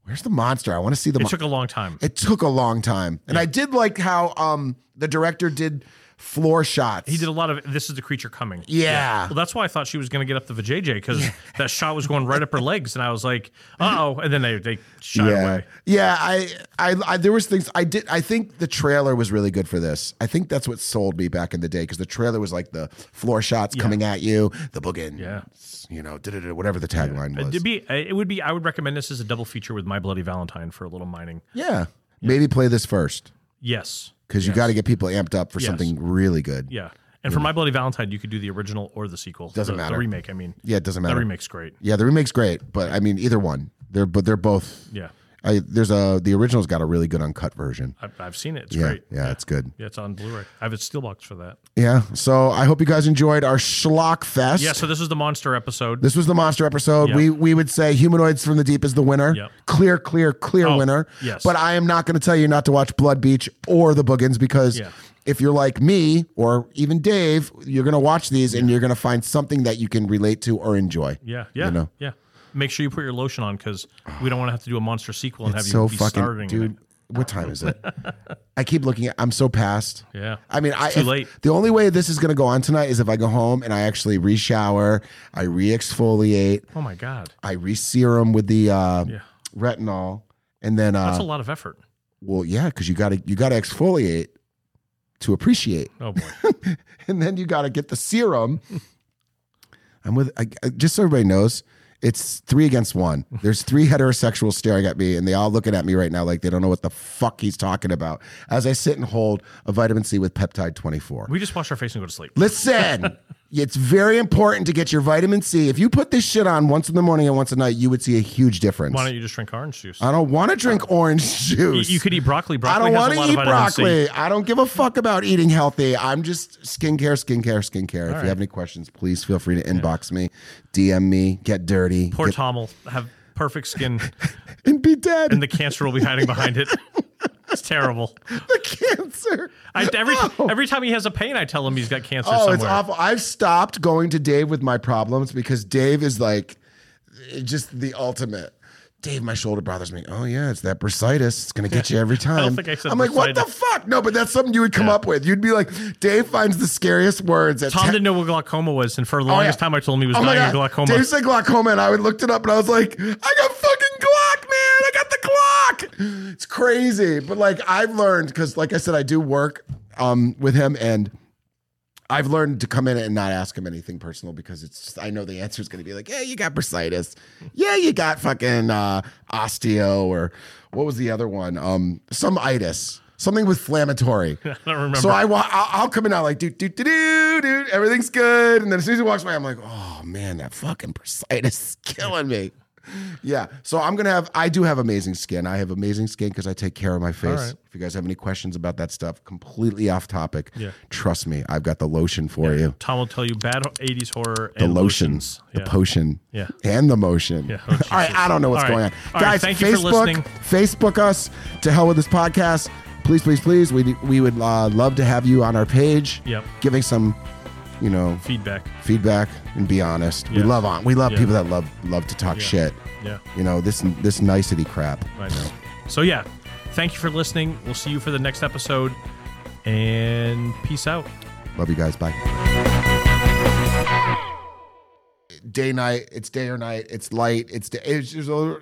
[SPEAKER 2] "Where's the monster? I want to see the."
[SPEAKER 3] It
[SPEAKER 2] monster."
[SPEAKER 3] took a long time.
[SPEAKER 2] it took a long time, and I did like how um the director did floor shots.
[SPEAKER 3] He did a lot of this is the creature coming.
[SPEAKER 2] Yeah.
[SPEAKER 3] Well, that's why I thought she was going to get up the vajayjay because that shot was going right up her legs, and I was like, uh oh. And then they they shot it
[SPEAKER 2] yeah,
[SPEAKER 3] away.
[SPEAKER 2] yeah. I, I, I, there was things I did. I think the trailer was really good for this. I think that's what sold me back in the day because the trailer was like the floor shots coming at you, the boogin,
[SPEAKER 3] Yeah.
[SPEAKER 2] you know, da-da-da, whatever the tagline was.
[SPEAKER 3] It'd be, it would be. I would recommend this as a double feature with My Bloody Valentine for a little mining.
[SPEAKER 2] yeah, maybe play this first
[SPEAKER 3] Yes.
[SPEAKER 2] because you got to get people amped up for
[SPEAKER 3] Yes.
[SPEAKER 2] something really good.
[SPEAKER 3] Yeah. And for My Bloody Valentine, you could do the original or the sequel.
[SPEAKER 2] Doesn't
[SPEAKER 3] The-
[SPEAKER 2] matter.
[SPEAKER 3] The remake. I mean,
[SPEAKER 2] Yeah, it doesn't
[SPEAKER 3] the
[SPEAKER 2] matter.
[SPEAKER 3] remake's great.
[SPEAKER 2] Yeah, the remake's great, but I mean either one. They're but they're both.
[SPEAKER 3] Yeah.
[SPEAKER 2] I there's a the original's got a really good uncut version.
[SPEAKER 3] I've, I've seen it. It's
[SPEAKER 2] yeah,
[SPEAKER 3] great.
[SPEAKER 2] yeah, it's good.
[SPEAKER 3] Yeah, it's on Blu-ray. I have a steelbox for that.
[SPEAKER 2] Yeah, so I hope you guys enjoyed our schlock fest.
[SPEAKER 3] Yeah. So this is the monster episode.
[SPEAKER 2] This was the monster episode.
[SPEAKER 3] Yep.
[SPEAKER 2] We we would say humanoids from the deep is the winner.
[SPEAKER 3] Yep.
[SPEAKER 2] Clear, clear, clear winner.
[SPEAKER 3] Oh, yes.
[SPEAKER 2] But I am not going to tell you not to watch Blood Beach or the Boogans because
[SPEAKER 3] Yeah.
[SPEAKER 2] if you're like me or even Dave, you're going to watch these and you're going to find something that you can relate to or enjoy.
[SPEAKER 3] Yeah, yeah,
[SPEAKER 2] You know?
[SPEAKER 3] yeah. Make sure you put your lotion on because we don't want to have to do a monster sequel and have you
[SPEAKER 2] so
[SPEAKER 3] be
[SPEAKER 2] fucking
[SPEAKER 3] starving.
[SPEAKER 2] dude.
[SPEAKER 3] in it.
[SPEAKER 2] What time is it? I keep looking at. I'm so past.
[SPEAKER 3] Yeah.
[SPEAKER 2] I mean, I
[SPEAKER 3] too
[SPEAKER 2] if-
[SPEAKER 3] late.
[SPEAKER 2] The only way this is going to go on tonight is if I go home and I actually re-shower, I re-exfoliate,
[SPEAKER 3] Oh my god,
[SPEAKER 2] I re-serum with the uh,
[SPEAKER 3] Yeah.
[SPEAKER 2] retinol, and then uh,
[SPEAKER 3] that's a lot of effort.
[SPEAKER 2] well, yeah, because you got to you got to exfoliate to appreciate,
[SPEAKER 3] Oh boy,
[SPEAKER 2] and then you got to get the serum. I'm with I, I- just so everybody knows. It's three against one. There's three heterosexuals staring at me, and they all looking at me right now like they don't know what the fuck he's talking about. As I sit and hold a vitamin C with peptide 24.
[SPEAKER 3] we just wash our face and go to sleep.
[SPEAKER 2] Listen, it's very important to get your vitamin C. If you put this shit on once in the morning and once at night, you would see a huge difference.
[SPEAKER 3] Why don't you just drink orange juice?
[SPEAKER 2] I don't want to drink orange
[SPEAKER 3] Oh. you,
[SPEAKER 2] juice.
[SPEAKER 3] you could eat broccoli.
[SPEAKER 2] I
[SPEAKER 3] Broccoli
[SPEAKER 2] don't
[SPEAKER 3] has
[SPEAKER 2] want
[SPEAKER 3] a
[SPEAKER 2] to
[SPEAKER 3] lot
[SPEAKER 2] eat
[SPEAKER 3] of vitamin C.
[SPEAKER 2] broccoli. I don't give a fuck about eating healthy. I'm just skincare, skincare, skincare. if
[SPEAKER 3] right.
[SPEAKER 2] you have any questions, please feel free to inbox me, DM me, get dirty,
[SPEAKER 3] Poor
[SPEAKER 2] get-
[SPEAKER 3] Tom will have perfect skin,
[SPEAKER 2] and be dead.
[SPEAKER 3] and the cancer will be hiding behind it. It's terrible.
[SPEAKER 2] the cancer.
[SPEAKER 3] I, every
[SPEAKER 2] Oh.
[SPEAKER 3] every time he has a pain, I tell him he's got cancer
[SPEAKER 2] Oh,
[SPEAKER 3] somewhere.
[SPEAKER 2] it's awful. I've stopped going to Dave with my problems because Dave is like just the ultimate. Dave, my shoulder bothers me. Oh yeah, it's that bursitis. It's gonna get you every time.
[SPEAKER 3] don't think I said
[SPEAKER 2] am like, what the
[SPEAKER 3] bursitis.
[SPEAKER 2] fuck? No, but that's something you would come up with. You'd be like, Dave finds the scariest words. At
[SPEAKER 3] Tom
[SPEAKER 2] 10
[SPEAKER 3] didn't know what glaucoma was, and for the
[SPEAKER 2] Oh,
[SPEAKER 3] longest
[SPEAKER 2] yeah.
[SPEAKER 3] time, I told him he was
[SPEAKER 2] Oh my
[SPEAKER 3] dying of
[SPEAKER 2] God.
[SPEAKER 3] glaucoma.
[SPEAKER 2] Dave said glaucoma, and I would looked it up, and I was like, I got fucking Glock, man. I got the Glock. It's crazy, but like I've learned because, like I said, I do work um, with him, and I've learned to come in and not ask him anything personal because it's just, I know the answer is going to be like, yeah, you got bursitis, yeah, you got fucking uh, osteo, or what was the other one? Um, some itis. Something with inflammatory. I
[SPEAKER 3] don't remember.
[SPEAKER 2] So I wa- I'll, I'll come in out like, dude, dude, dude, dude, dude, everything's good. And then as soon as he walks away, I'm like, oh man, that fucking bursitis is killing me. Yeah. So I'm gonna have. I do have amazing skin. I have amazing skin because I take care of my face.
[SPEAKER 3] right.
[SPEAKER 2] If you guys have any questions about that stuff, completely off topic.
[SPEAKER 3] Yeah.
[SPEAKER 2] Trust me, I've got the lotion for you.
[SPEAKER 3] Tom will tell you bad '80s horror.
[SPEAKER 2] The
[SPEAKER 3] and
[SPEAKER 2] lotions,
[SPEAKER 3] Yeah.
[SPEAKER 2] the potion,
[SPEAKER 3] Yeah.
[SPEAKER 2] and the motion.
[SPEAKER 3] Yeah. Oh,
[SPEAKER 2] All right, I don't know what's
[SPEAKER 3] All
[SPEAKER 2] going
[SPEAKER 3] right.
[SPEAKER 2] on,
[SPEAKER 3] All right,
[SPEAKER 2] guys.
[SPEAKER 3] thank you for
[SPEAKER 2] Facebook,
[SPEAKER 3] listening.
[SPEAKER 2] Facebook us to hell with this podcast. Please, please, please. We we would uh, love to have you on our page.
[SPEAKER 3] Yep.
[SPEAKER 2] Giving some, you know,
[SPEAKER 3] feedback.
[SPEAKER 2] feedback and be honest. We
[SPEAKER 3] Yeah.
[SPEAKER 2] love on. We love
[SPEAKER 3] Yeah.
[SPEAKER 2] people that love love to talk shit.
[SPEAKER 3] Yeah.
[SPEAKER 2] You know this this nicety crap.
[SPEAKER 3] I know. So yeah, thank you for listening. We'll see you for the next episode, and peace out.
[SPEAKER 2] Love you guys. Bye. Day night. It's day or night. It's light. It's day. It's just a,